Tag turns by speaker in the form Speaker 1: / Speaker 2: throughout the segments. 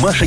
Speaker 1: Маша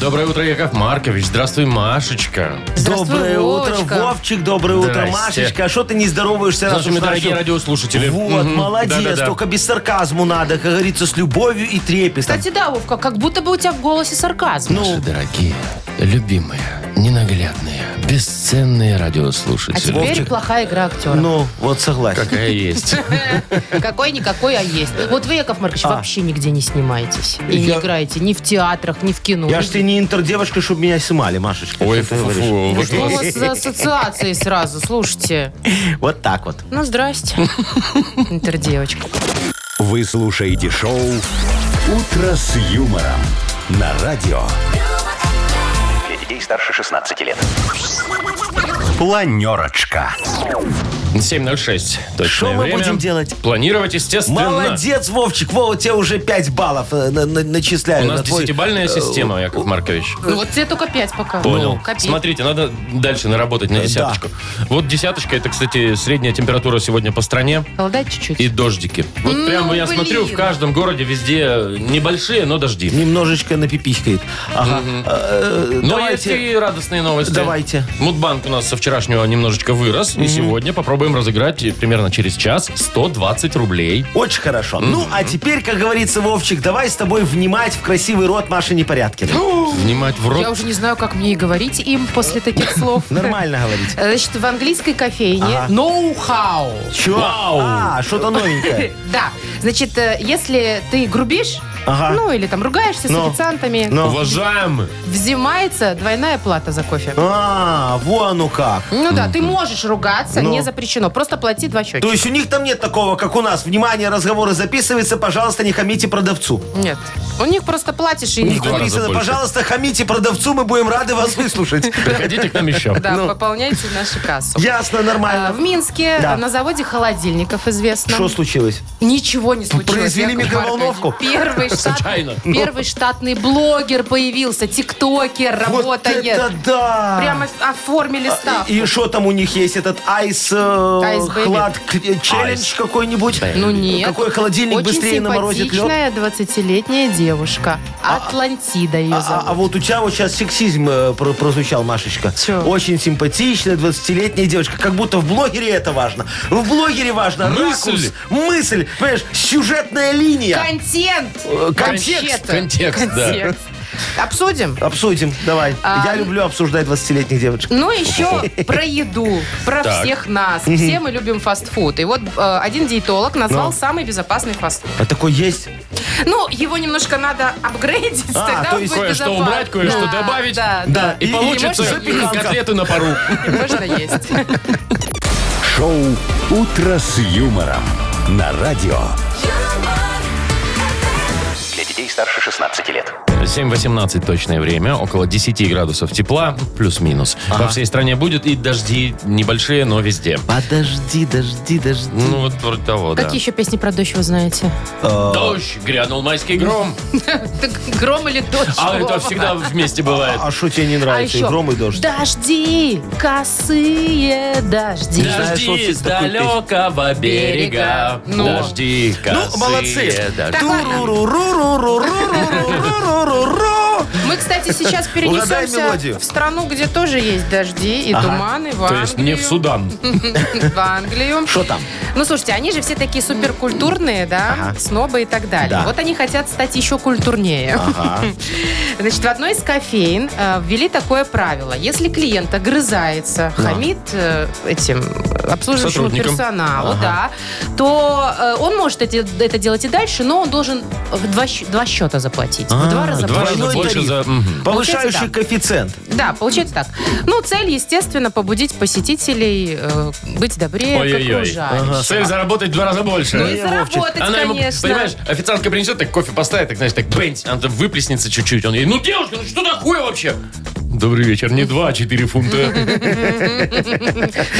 Speaker 2: Доброе утро, Яков Маркович. Здравствуй, Машечка.
Speaker 3: Здравствуй,
Speaker 4: Доброе утро,
Speaker 3: Вовочка.
Speaker 4: Вовчик, доброе утро,
Speaker 2: Здрасте.
Speaker 4: Машечка. А что ты не здороваешься? раз
Speaker 2: Здравствуй,
Speaker 4: уж
Speaker 2: дорогие
Speaker 4: начал?
Speaker 2: радиослушатели.
Speaker 4: Вот,
Speaker 2: Мгм.
Speaker 4: молодец,
Speaker 2: Да-да-да.
Speaker 4: только без сарказму надо, как говорится, с любовью и трепетом.
Speaker 3: Кстати, да, Вовка, как будто бы у тебя в голосе
Speaker 4: Ну,
Speaker 3: сарказм.
Speaker 2: Наши дорогие, любимые, ненаглядные, бесценные
Speaker 3: а
Speaker 2: радиослушатели.
Speaker 3: теперь плохая игра актера.
Speaker 4: ну, вот согласен.
Speaker 2: Какая есть.
Speaker 3: Какой-никакой, а есть. Вот вы, Яков Маркович, вообще нигде не снимаетесь. И не
Speaker 4: А. Я-
Speaker 3: играете ни в театрах, ни в кино.
Speaker 4: Я ж ты не интердевочка, чтобы меня снимали, Машечка.
Speaker 2: Ой,
Speaker 4: что ты
Speaker 2: фу-фу,
Speaker 4: говоришь?
Speaker 2: вы
Speaker 3: Ну, Что у
Speaker 2: класс.
Speaker 3: вас за ассоциации сразу? Слушайте.
Speaker 4: Вот так вот.
Speaker 3: Ну, здрасте. Интердевочка.
Speaker 1: Вы слушаете шоу «Утро с юмором» на радио. Для детей старше 16 лет. Планерочка.
Speaker 2: 7.06. Точное
Speaker 4: Что мы
Speaker 2: время.
Speaker 4: будем делать?
Speaker 2: Планировать, естественно.
Speaker 4: Молодец, Вовчик. Вова, тебе уже 5 баллов э, на- на-
Speaker 2: У
Speaker 4: начисляю.
Speaker 2: нас
Speaker 4: на твой- э,
Speaker 2: десятибальная система, Яков Маркович.
Speaker 3: Ну, вот тебе только пять пока.
Speaker 2: Понял.
Speaker 3: Ну, копи.
Speaker 2: Смотрите, надо дальше наработать на
Speaker 4: да.
Speaker 2: десяточку. Вот десяточка, это, кстати, средняя температура сегодня по стране.
Speaker 3: Голодать чуть-чуть.
Speaker 2: И дождики. Вот
Speaker 3: Ну,
Speaker 2: прямо я
Speaker 3: блин.
Speaker 2: смотрю, в каждом городе везде небольшие, но дожди.
Speaker 4: Немножечко напипихкает. Ага. Э, э,
Speaker 2: Но
Speaker 4: Давайте.
Speaker 2: Ну, а есть и радостные новости.
Speaker 4: Давайте.
Speaker 2: Мудбанк у нас со вчерашнего немножечко вырос. И сегодня попробуем разыграть и примерно через час 120 рублей.
Speaker 4: Очень хорошо. Ну, а теперь, как говорится, Вовчик, давай с тобой внимать в красивый рот Маши Непорядкиной.
Speaker 2: Ну, Внимать в
Speaker 3: Я
Speaker 2: рот.
Speaker 3: уже не знаю, как мне и говорить им после таких слов.
Speaker 4: Нормально говорить.
Speaker 3: Значит, в английской кофейне
Speaker 4: Ага.
Speaker 3: ноу-хау.
Speaker 4: Чё?
Speaker 2: Вау.
Speaker 4: А, что-то новенькое.
Speaker 3: Да. Значит, э, если ты грубишь,
Speaker 4: Ага.
Speaker 3: ну или там ругаешься
Speaker 4: Ну.
Speaker 3: с официантами,
Speaker 4: Ну.
Speaker 2: Уважаемый.
Speaker 3: взимается двойная плата за кофе.
Speaker 4: А, вон оно как.
Speaker 3: Ну да, ты можешь ругаться,
Speaker 4: Ну.
Speaker 3: не запрещено. Просто плати два счета.
Speaker 4: То есть у них там нет такого, как у нас. Внимание, разговоры записываются, пожалуйста, не хамите продавцу.
Speaker 3: Нет. У них просто платишь и
Speaker 4: У
Speaker 3: не
Speaker 4: них
Speaker 2: два раза
Speaker 4: написано,
Speaker 2: больше.
Speaker 4: пожалуйста, хамите продавцу, мы будем рады вас выслушать.
Speaker 2: Приходите к нам еще.
Speaker 3: Да,
Speaker 4: Ну.
Speaker 3: пополняйте нашу кассу.
Speaker 4: Ясно,
Speaker 3: А,
Speaker 4: нормально.
Speaker 3: В Минске
Speaker 4: Да.
Speaker 3: а, на заводе холодильников известно.
Speaker 4: Что случилось?
Speaker 3: Ничего не случилось.
Speaker 4: Произвели Ну.
Speaker 3: Яков
Speaker 4: микроволновку?
Speaker 3: Маркович. Первый, штат-
Speaker 2: Случайно.
Speaker 3: первый штатный блогер появился, тиктокер
Speaker 4: Вот
Speaker 3: работает.
Speaker 4: это да! А,
Speaker 3: Прямо оформили став.
Speaker 4: И что там у них есть? Этот айс... э,
Speaker 3: Айс Бэби.
Speaker 4: Хлад э, челлендж какой-нибудь?
Speaker 3: Ну нет.
Speaker 4: Какой холодильник
Speaker 3: Очень
Speaker 4: быстрее наморозит лед?
Speaker 3: симпатичная 20-летняя девушка. Атлантида ее
Speaker 4: А,
Speaker 3: зовут.
Speaker 4: а вот у тебя вот сейчас сексизм э, про- прозвучал, Машечка.
Speaker 3: Чё?
Speaker 4: Очень симпатичная 20-летняя девочка. Как будто в блогере это важно. В блогере важно
Speaker 2: Мысль.
Speaker 4: ракурс, мысль, понимаешь, сюжетная линия.
Speaker 3: Контент!
Speaker 4: Э, Контекст.
Speaker 3: Вообще-то.
Speaker 2: Контекст, да.
Speaker 3: Контекст. Обсудим.
Speaker 4: Обсудим, давай.
Speaker 3: А,
Speaker 4: Я люблю обсуждать 20-летних девочек.
Speaker 3: Ну, еще про еду, про
Speaker 2: Так.
Speaker 3: всех нас. Все мы любим фастфуд. И вот э, один диетолог назвал
Speaker 4: Ну.
Speaker 3: самый безопасный фастфуд.
Speaker 4: А такой есть?
Speaker 3: Ну, его немножко надо апгрейдить,
Speaker 4: А,
Speaker 3: тогда
Speaker 4: то
Speaker 3: он
Speaker 4: есть
Speaker 3: будет
Speaker 2: кое-что
Speaker 3: безопасен.
Speaker 2: убрать, кое-что
Speaker 3: Да,
Speaker 2: добавить.
Speaker 3: Да,
Speaker 4: Да.
Speaker 3: да.
Speaker 2: И,
Speaker 4: И- и
Speaker 2: получится
Speaker 4: можно запеканка.
Speaker 2: котлеты на пару.
Speaker 3: И можно есть.
Speaker 1: Шоу «Утро с юмором» на радио. Для детей старше 16 лет.
Speaker 2: 7.18 точное время, около 10 градусов тепла, плюс-минус. По всей стране будет и дожди небольшие, но везде.
Speaker 4: Подожди, дожди, дожди.
Speaker 2: Ну вот вроде того, да.
Speaker 3: Какие еще песни про дождь вы знаете?
Speaker 2: Дождь, грянул майский гром.
Speaker 3: Так гром или дождь?
Speaker 2: А это
Speaker 3: Вова?
Speaker 2: всегда вместе бывает.
Speaker 4: А что тебе не
Speaker 3: А
Speaker 4: нравится?
Speaker 3: еще
Speaker 4: И гром, и дождь.
Speaker 3: Дожди, косые дожди.
Speaker 4: Да. знаешь, вот
Speaker 2: Дожди
Speaker 4: есть
Speaker 2: с
Speaker 4: такой
Speaker 2: далекого берега,
Speaker 3: Берега. Ну.
Speaker 2: дожди косые.
Speaker 4: Ну, молодцы.
Speaker 2: дожди.
Speaker 4: Ту-ру-ру-ру-ру-ру-ру-ру-ру-ру.
Speaker 3: Мы, кстати, сейчас
Speaker 4: Угадай
Speaker 3: перенесемся
Speaker 4: мелодию.
Speaker 3: в страну, где тоже есть дожди и туманы, в
Speaker 2: То есть не в
Speaker 3: Англию.
Speaker 2: Судан.
Speaker 3: в Англию.
Speaker 4: Что там?
Speaker 3: Ну, слушайте, они же все такие суперкультурные, да, снобы и так далее.
Speaker 4: Да.
Speaker 3: Вот они хотят стать еще культурнее. Значит, в одной из кофеин э, ввели такое правило. Если клиент огрызается, хамит э, этим э, обслуживающему
Speaker 2: Сотрудникам.
Speaker 3: персоналу, да, то э, он может эти- это делать и дальше, но он должен в два, щ- два счета заплатить. в два раза
Speaker 2: В А, два
Speaker 3: больше.
Speaker 2: раза
Speaker 4: Двойной
Speaker 2: больше
Speaker 4: тариф.
Speaker 2: за... мгм.
Speaker 4: Повышающий
Speaker 3: Получается,
Speaker 4: коэффициент.
Speaker 3: Да, получается так. Ну, цель, естественно, побудить посетителей э, быть добрее к
Speaker 2: Ой-ой-ой.
Speaker 3: окружающим.
Speaker 2: Цель заработать в два раза больше.
Speaker 3: Ну и
Speaker 4: Не, Вовчик,
Speaker 3: заработать,
Speaker 2: Э, Она ему,
Speaker 3: конечно.
Speaker 2: понимаешь, официантка принесет, так кофе поставит, так, знаешь, так бэнь, она там выплеснется чуть-чуть. Он ей, ну, девушка, ну что такое вообще? Добрый вечер. Не два, а четыре фунта.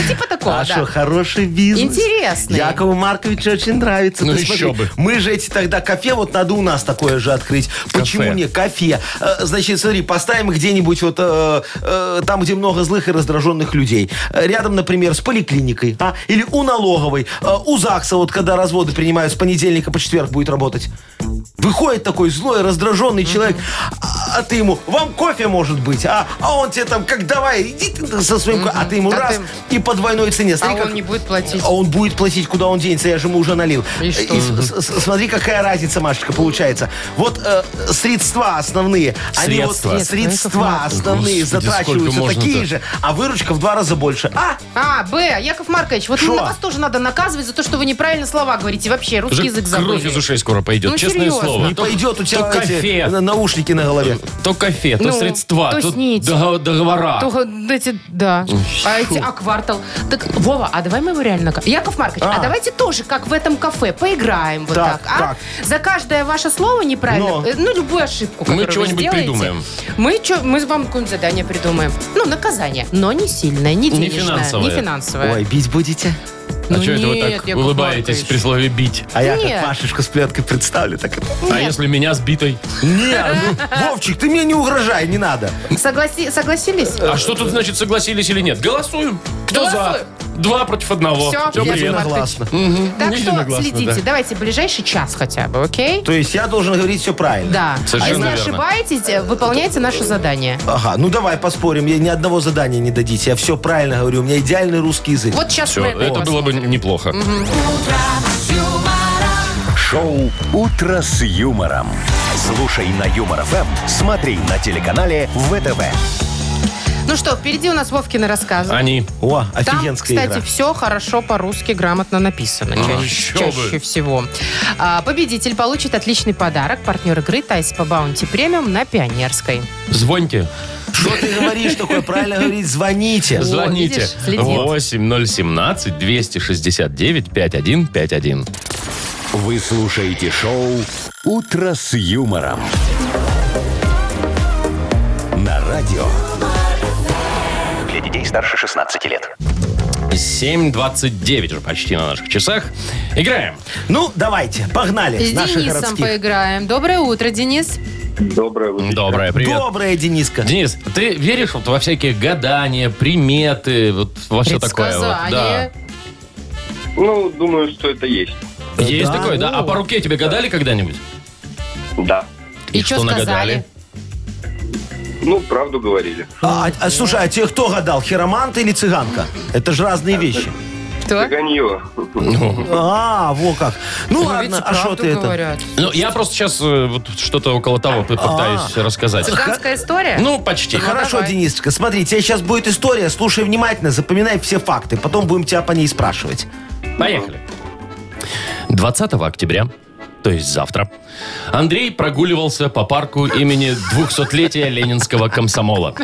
Speaker 3: Типа такого,
Speaker 4: А что,
Speaker 3: да.
Speaker 4: хороший бизнес.
Speaker 3: Интересный.
Speaker 4: Якову Марковичу очень нравится.
Speaker 2: Ну
Speaker 4: Ты
Speaker 2: еще
Speaker 4: смотри,
Speaker 2: бы.
Speaker 4: Мы же эти тогда кафе, вот надо у нас такое же открыть. Почему не кафе? Э, Значит, смотри, поставим где-нибудь вот э, э, там, где много злых и раздраженных людей. Э, Рядом, например, с поликлиникой, а? Или у налоговой. Э, У ЗАГСа, вот когда разводы принимают, с понедельника по четверг будет работать. Выходит такой злой, раздраженный человек, а а ты ему, вам кофе может быть, а, а он тебе там, как давай, иди ты со своим, ко-». а ты ему
Speaker 3: А
Speaker 4: раз, и по двойной цене.
Speaker 3: А
Speaker 4: Смотри, как-
Speaker 3: он не будет платить.
Speaker 4: а он будет платить, куда он денется, я же ему уже налил.
Speaker 3: И что?
Speaker 4: с- с- с- смотри, какая разница, Машечка, получается. Вот э, средства основные, они вот
Speaker 3: ну,
Speaker 2: Средства.
Speaker 4: средства
Speaker 3: Яков
Speaker 4: основные
Speaker 2: Маркович. Господи, сколько
Speaker 4: затрачиваются
Speaker 2: можно-то?
Speaker 4: такие же, а выручка в два раза больше. А,
Speaker 3: А, Б, Яков Маркович, вот
Speaker 4: Шо?
Speaker 3: на вас тоже надо наказывать за то, что вы неправильно слова говорите. Вообще, русский
Speaker 2: Уже
Speaker 3: язык
Speaker 2: кровь из
Speaker 3: забыли.
Speaker 2: ушей скоро пойдет,
Speaker 3: Ну,
Speaker 2: честное
Speaker 3: серьезно.
Speaker 2: слово.
Speaker 4: не
Speaker 2: То-
Speaker 4: пойдет у тебя
Speaker 2: то
Speaker 4: эти
Speaker 2: кофе.
Speaker 4: на- наушники на голове.
Speaker 2: То кофе, то
Speaker 3: Ну,
Speaker 2: средства,
Speaker 3: то
Speaker 2: то
Speaker 3: снить.
Speaker 2: дого- договора.
Speaker 3: То, э, эти, да. А эти, а квартал. Так, Вова, а давай мы его реально... ка- Яков Маркович, а,
Speaker 4: А.
Speaker 3: давайте тоже, как в этом кафе, поиграем вот так,
Speaker 4: Так,
Speaker 3: а?
Speaker 4: так.
Speaker 3: За каждое ваше слово неправильно,
Speaker 4: Но.
Speaker 3: э, ну, любую ошибку,
Speaker 2: Мы
Speaker 3: которую вы
Speaker 2: чего-нибудь
Speaker 3: сделаете,
Speaker 2: придумаем.
Speaker 3: Мы, чё- мы вам какое-нибудь задание придумаем. Ну, наказание, но не сильное, не денежное,
Speaker 2: финансовое.
Speaker 3: Не финансовое.
Speaker 4: Ой, бить будете?
Speaker 2: А
Speaker 3: Ну
Speaker 2: что это вы так
Speaker 3: нет, Яков
Speaker 2: улыбаетесь
Speaker 3: Маркович.
Speaker 2: при слове «бить»?
Speaker 4: А я
Speaker 3: Нет.
Speaker 4: как Машечку с пляткой представлю, так это...
Speaker 2: А если меня с битой?
Speaker 4: Нет, ну, Вовчик, ты мне не угрожай, не надо.
Speaker 3: Согласи- согласились?
Speaker 2: А что тут значит согласились или нет? Голосуем. Кто за?
Speaker 3: Голосуем.
Speaker 2: Два против одного.
Speaker 3: Всё,
Speaker 2: Всё,
Speaker 3: я
Speaker 2: привет.
Speaker 4: Согласно.
Speaker 3: согласна. Так что
Speaker 2: ну, Единогласно,
Speaker 3: следите.
Speaker 2: да.
Speaker 3: Давайте ближайший час хотя бы, окей?
Speaker 4: То есть я должен говорить все правильно.
Speaker 3: Да.
Speaker 2: Совершенно
Speaker 3: а если
Speaker 2: верно.
Speaker 3: ошибаетесь, э, выполняйте наше задание.
Speaker 4: Ага, ну давай поспорим, мне ни одного задания не дадите. Я все правильно говорю, у меня идеальный русский язык.
Speaker 3: Вот сейчас
Speaker 2: Всё,
Speaker 3: мы
Speaker 2: это было бы неплохо.
Speaker 1: Шоу «Утро с юмором». Слушай на Юмор ФМ, смотри на телеканале ВТВ.
Speaker 3: Ну что, впереди у нас Вовкины рассказы.
Speaker 2: Они.
Speaker 4: О,
Speaker 3: Там,
Speaker 4: офигенская
Speaker 3: кстати,
Speaker 4: игра.
Speaker 3: все хорошо по-русски грамотно написано.
Speaker 2: еще
Speaker 3: Чаще, чаще
Speaker 2: Ну, бы.
Speaker 3: всего. А, победитель получит отличный подарок. Партнер игры Тайс по Баунти Премиум на Пионерской.
Speaker 2: Звоньте.
Speaker 4: Что ты говоришь такое? Правильно говорить, звоните.
Speaker 2: Звоните.
Speaker 3: видишь, следит.
Speaker 2: 8017 269 5151.
Speaker 1: Вы слушаете шоу «Утро с юмором». На радио. Для детей старше 16 лет.
Speaker 2: 7.29 уже почти на наших часах. Играем.
Speaker 4: Ну, давайте, погнали.
Speaker 3: С
Speaker 4: наших
Speaker 3: Денисом
Speaker 4: городских.
Speaker 3: поиграем. Доброе утро, Денис.
Speaker 5: Доброе утро.
Speaker 2: Доброе, привет.
Speaker 4: Доброе, Дениска.
Speaker 2: Денис, ты веришь вот во всякие гадания, приметы, вот во все такое? вот? Да.
Speaker 3: Предсказание.
Speaker 5: Ну, думаю, что это есть.
Speaker 2: Есть
Speaker 4: Да,
Speaker 2: такое, да?
Speaker 4: ну.
Speaker 2: А по руке тебе гадали когда-нибудь?
Speaker 5: Да.
Speaker 3: И чё сказали?
Speaker 5: Ну, правду говорили.
Speaker 4: А, а, слушай, а тебе кто гадал, хиромант или цыганка? Это же разные вещи.
Speaker 3: Кто?
Speaker 5: Цыганье.
Speaker 4: А, во как. Ну
Speaker 3: Ну,
Speaker 4: ладно,
Speaker 3: видите,
Speaker 4: а что
Speaker 3: правду
Speaker 4: ты это?
Speaker 3: говорят.
Speaker 2: Ну, я просто сейчас вот что-то около того попытаюсь рассказать.
Speaker 3: Цыганская история?
Speaker 2: Ну, почти.
Speaker 4: А. Хорошо,
Speaker 3: давай.
Speaker 4: Денисочка, смотри, тебе сейчас будет история, слушай внимательно, запоминай все факты, потом будем тебя по ней спрашивать.
Speaker 2: Поехали. 20 октября, то есть завтра, Андрей прогуливался по парку имени 200-летия Ленинского комсомола.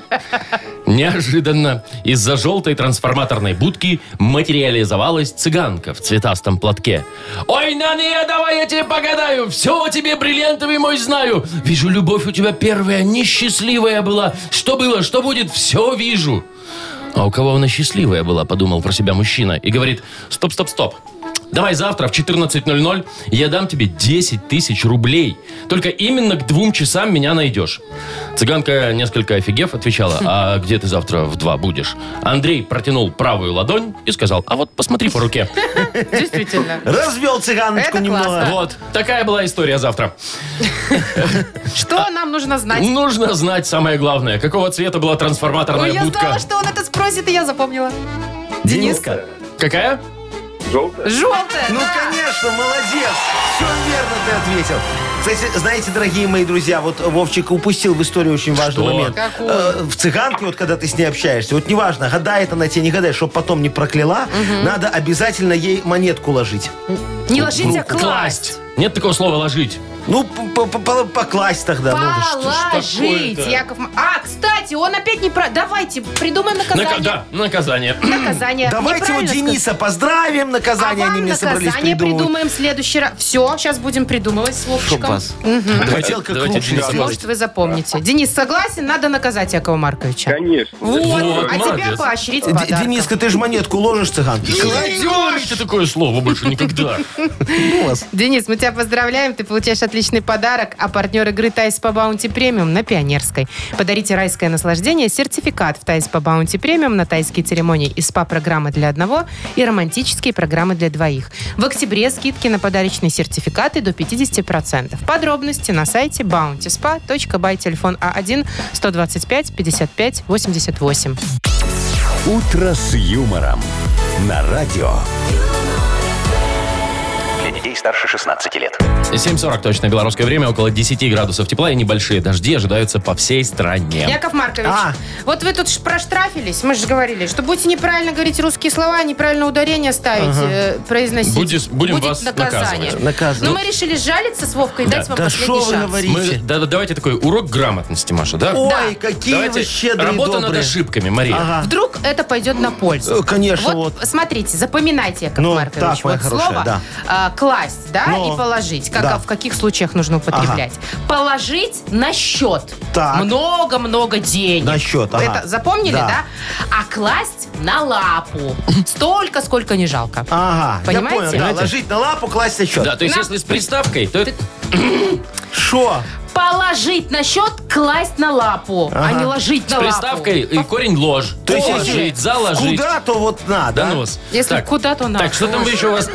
Speaker 2: Неожиданно из-за желтой трансформаторной будки материализовалась цыганка в цветастом платке. «Ой, на нее давай я тебе погадаю! Все о тебе, бриллиантовый мой, знаю! Вижу, любовь у тебя первая, несчастливая была! Что было, что будет, все вижу!» А у кого она счастливая была, подумал про себя мужчина и говорит, стоп, стоп, стоп. Давай завтра в 14.00 я дам тебе 10 тысяч рублей. Только именно к двум часам меня найдешь. Цыганка, несколько офигев, отвечала, а где ты завтра в два будешь? Андрей протянул правую ладонь и сказал, а вот посмотри по руке.
Speaker 3: Действительно.
Speaker 4: Развел цыганочку
Speaker 3: Это
Speaker 4: немного.
Speaker 3: классно.
Speaker 2: Вот, такая была история завтра.
Speaker 3: Что нам нужно знать?
Speaker 2: Нужно знать самое главное, какого цвета была
Speaker 3: Ой,
Speaker 2: трансформаторная
Speaker 3: я
Speaker 2: будка.
Speaker 3: знала, что он это спросит, и я запомнила.
Speaker 4: Дениска.
Speaker 2: Какая?
Speaker 5: Желтое.
Speaker 3: Желтая.
Speaker 4: Ну,
Speaker 3: да.
Speaker 4: конечно, молодец. Все верно ты ответил. Кстати, знаете, дорогие мои друзья, вот Вовчик упустил в истории очень важный
Speaker 2: Что?
Speaker 4: момент.
Speaker 3: Какую?
Speaker 4: Э, в цыганке, вот когда ты с ней общаешься, вот неважно, гадает она тебе, не гадает, чтобы потом не прокляла, надо обязательно ей монетку ложить.
Speaker 3: Не ложите, а
Speaker 2: Класть.
Speaker 3: класть.
Speaker 2: Нет такого слова ложить.
Speaker 4: Ну, п- п- п- покласть тогда можешь.
Speaker 3: Положить,
Speaker 2: такое-то?
Speaker 3: Яков Ма- А, кстати, он опять не про... Давайте, придумаем
Speaker 2: Нака-
Speaker 3: наказание.
Speaker 2: да, наказание.
Speaker 3: Наказание.
Speaker 4: Давайте вот
Speaker 3: Неправильно
Speaker 4: Дениса поздравим,
Speaker 3: сказал.
Speaker 4: наказание
Speaker 3: а
Speaker 4: они
Speaker 3: вам
Speaker 4: мне собрались
Speaker 3: наказание
Speaker 4: придумывать.
Speaker 3: придумаем в следующий раз. Все, сейчас будем придумывать с
Speaker 4: Чтоб
Speaker 3: Вовчиком.
Speaker 4: вас. Хотел как
Speaker 2: давайте
Speaker 4: лучше
Speaker 2: Дениса
Speaker 4: сделать.
Speaker 3: Может, вы запомните. Денис, согласен? Надо наказать Якова Марковича.
Speaker 5: Конечно.
Speaker 3: Вот,
Speaker 2: Вот,
Speaker 3: а тебя
Speaker 2: молодец.
Speaker 3: поощрить
Speaker 4: Д-
Speaker 3: подарком.
Speaker 4: Дениска, ты же монетку ложишь цыганке?
Speaker 2: Не говорите такое слово больше никогда.
Speaker 3: Денис, мы тебя поздравляем, ты получаешь отличный подарок, а партнер игры Тайс по Баунти Премиум на Пионерской. Подарите райское наслаждение, сертификат в Тайс по Баунти Премиум на тайские церемонии и СПА-программы для одного и романтические программы для двоих. В октябре скидки на подарочные сертификаты до 50%. Подробности на сайте bountyspa.by, телефон А А1 125 55 88.
Speaker 1: «Утро с юмором» на радио.
Speaker 6: Для детей старше 16 лет.
Speaker 2: 7.40 точное белорусское время, около 10 градусов тепла и небольшие дожди ожидаются по всей стране.
Speaker 3: Яков Маркович,
Speaker 4: А.
Speaker 3: вот вы тут ж проштрафились, мы же говорили, что будете неправильно говорить русские слова, неправильно ударение ставить, э, произносить.
Speaker 2: Будешь- будем вас наказывать.
Speaker 4: Наказывать.
Speaker 3: Но мы решили жалиться с Вовкой и
Speaker 2: Да.
Speaker 3: дать вам
Speaker 4: Да
Speaker 3: последний
Speaker 4: шо вы
Speaker 3: шанс.
Speaker 4: говорите?
Speaker 2: Мы- да, да, давайте такой урок грамотности, Маша, да?
Speaker 4: Ой, какие
Speaker 2: Давайте
Speaker 4: вы щедрые и
Speaker 2: работа над
Speaker 4: добрые.
Speaker 2: ошибками, Мария.
Speaker 4: Ага.
Speaker 3: Вдруг это пойдет на пользу.
Speaker 4: Э, конечно,
Speaker 3: вот,
Speaker 4: вот.
Speaker 3: смотрите, запоминайте, Яков
Speaker 4: Ну,
Speaker 3: Маркович,
Speaker 4: так, моя
Speaker 3: вот
Speaker 4: хорошая,
Speaker 3: слово
Speaker 4: да.
Speaker 3: а, класть, да,
Speaker 4: Ну,
Speaker 3: и положить. Как, а,
Speaker 4: да.
Speaker 3: В каких случаях нужно употреблять? Положить на счет.
Speaker 4: Так.
Speaker 3: Много-много денег.
Speaker 4: На счет, ага.
Speaker 3: Это запомнили, да.
Speaker 4: Да.
Speaker 3: А класть на лапу. Столько, сколько не жалко.
Speaker 4: Ага,
Speaker 3: Понимаете?
Speaker 4: я понял, да,
Speaker 2: Понимаете?
Speaker 4: ложить на лапу, класть на счет.
Speaker 2: Да, то есть
Speaker 3: На-
Speaker 2: если с приставкой, то это-
Speaker 4: Шо?
Speaker 3: Положить на счет, класть на лапу, а не ложить на
Speaker 2: с
Speaker 3: лапу.
Speaker 2: приставкой и корень ложь.
Speaker 4: То есть если
Speaker 2: Положить, заложить.
Speaker 4: Куда, то вот надо.
Speaker 2: Да
Speaker 4: а?
Speaker 2: ну вас.
Speaker 3: Если
Speaker 2: Так,
Speaker 3: куда, то на.
Speaker 2: Так, что там вы еще у вас?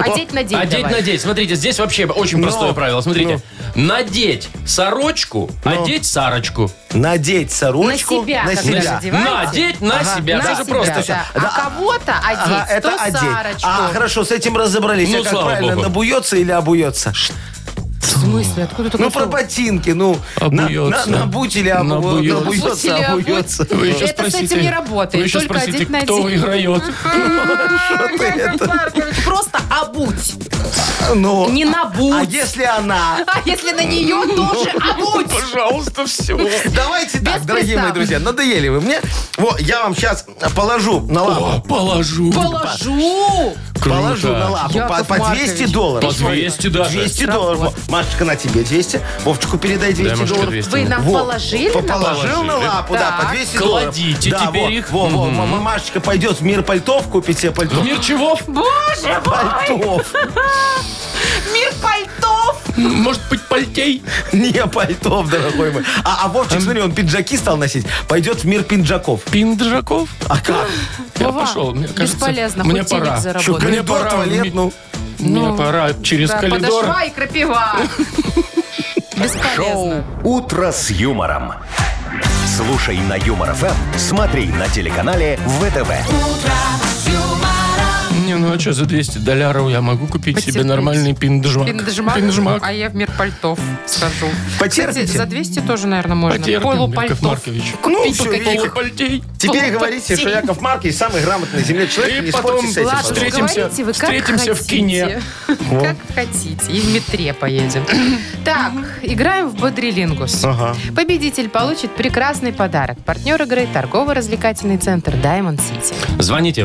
Speaker 3: Одеть, надеть
Speaker 2: Одеть,
Speaker 3: давай.
Speaker 2: надеть. Смотрите, здесь вообще очень простое правило. Смотрите. Надеть сорочку, одеть сарочку.
Speaker 4: Надеть сорочку
Speaker 3: На себя,
Speaker 4: на
Speaker 3: как
Speaker 4: себя.
Speaker 3: надевать. Одеваете?
Speaker 2: Надеть на
Speaker 4: Ага.
Speaker 2: себя.
Speaker 3: На
Speaker 2: Даже
Speaker 3: себя,
Speaker 2: просто.
Speaker 3: да.
Speaker 4: всё. Да,
Speaker 3: А кого-то одеть,
Speaker 4: Ага, это
Speaker 3: то
Speaker 4: одеть.
Speaker 3: Сарочку.
Speaker 4: А, хорошо, с этим разобрались.
Speaker 2: Ну,
Speaker 4: а как
Speaker 2: слава
Speaker 4: правильно,
Speaker 2: богу.
Speaker 4: набуется или обуется?
Speaker 3: В смысле? Откуда такое
Speaker 4: Ну, про
Speaker 3: слово?
Speaker 4: ботинки, ну.
Speaker 2: Обуется.
Speaker 4: На, на, набуть или обу-
Speaker 2: Набуется.
Speaker 3: Набуть или
Speaker 4: набуется,
Speaker 3: обуть?
Speaker 4: обуется.
Speaker 2: Вы еще
Speaker 3: Это с этим не работает,
Speaker 2: Вы еще
Speaker 3: только
Speaker 2: спросите,
Speaker 3: одеть на
Speaker 2: кто
Speaker 3: один.
Speaker 2: выиграет.
Speaker 3: Яков Маркович, Просто обуть.
Speaker 4: Ну,
Speaker 3: Не набудь.
Speaker 4: а если она?
Speaker 3: А если на нее тоже обуть?
Speaker 2: Пожалуйста, все.
Speaker 4: Давайте так, дорогие мои
Speaker 3: приставок.
Speaker 4: друзья, надоели вы мне. Вот, я вам сейчас положу на лапу.
Speaker 2: Положу.
Speaker 3: Положу.
Speaker 2: Круто.
Speaker 4: Положу на лапу по,
Speaker 3: Яков
Speaker 4: по 200
Speaker 3: Маркович.
Speaker 4: долларов.
Speaker 2: По 200 даже.
Speaker 4: 200 долларов. Вот, Машечка, на тебе 200. Вовчику передай 200
Speaker 2: Машечка,
Speaker 4: долларов.
Speaker 2: 200.
Speaker 3: Вы нам
Speaker 4: Вот.
Speaker 3: положили
Speaker 4: По-
Speaker 3: на
Speaker 4: Положил
Speaker 2: Положили.
Speaker 4: на лапу, да,
Speaker 3: Так.
Speaker 4: по 200
Speaker 2: Кладите
Speaker 4: долларов. Да,
Speaker 2: теперь
Speaker 4: вот,
Speaker 2: их.
Speaker 4: Во, во, мамашечка пойдет в мир пальтов, купит себе пальто.
Speaker 2: В мир чего?
Speaker 3: Боже мой!
Speaker 4: Пальтов.
Speaker 3: Мир пальтов!
Speaker 2: Может быть, пальтей?
Speaker 4: Не пальтов, дорогой мой. А, а Вовчик, смотри, он пиджаки стал носить. Пойдет в мир пиджаков.
Speaker 2: Пинджаков?
Speaker 4: А как?
Speaker 2: Я
Speaker 3: Вова,
Speaker 2: пошел. Мне кажется,
Speaker 3: бесполезно,
Speaker 2: мне
Speaker 3: хоть денег
Speaker 2: пора.
Speaker 3: заработай.
Speaker 4: Что,
Speaker 3: Мне
Speaker 4: коридор,
Speaker 2: пора
Speaker 4: туалет,
Speaker 2: в
Speaker 4: ну.
Speaker 2: Мне пора через
Speaker 3: А, Да,
Speaker 2: коридор.
Speaker 3: подошва и крапива. Бесполезно.
Speaker 1: «Утро с юмором». Слушай на Юмор ФМ, смотри на телеканале ВТВ.
Speaker 2: Не, ну а что, за 200 долларов я могу купить себе
Speaker 3: Потерпеть.
Speaker 2: нормальный пинджмак?
Speaker 3: Пинджмак,
Speaker 2: Пинджмак.
Speaker 3: а я в мир пальтов схожу.
Speaker 4: Потерпите.
Speaker 3: Кстати, за 200 тоже, наверное, можно.
Speaker 2: Потерпим, Яков
Speaker 3: Полупальтов.
Speaker 2: Маркович.
Speaker 4: Ну,
Speaker 3: Купить
Speaker 4: всё,
Speaker 3: бы каких.
Speaker 2: Полупальтей.
Speaker 4: Теперь говорите, что Яков Маркович самый грамотный на земле человек.
Speaker 2: И
Speaker 4: не
Speaker 2: потом
Speaker 4: спорьте с этим,
Speaker 2: Ладно,
Speaker 4: пожалуйста.
Speaker 2: встретимся-
Speaker 3: говорите вы, как
Speaker 2: встретимся в
Speaker 3: хотите.
Speaker 2: кине.
Speaker 3: Как хотите. И в метре поедем. Так, играем в Бодрилингус.
Speaker 4: Ага.
Speaker 3: Победитель получит прекрасный подарок. Партнер игры – торгово-развлекательный центр Diamond City.
Speaker 2: Звоните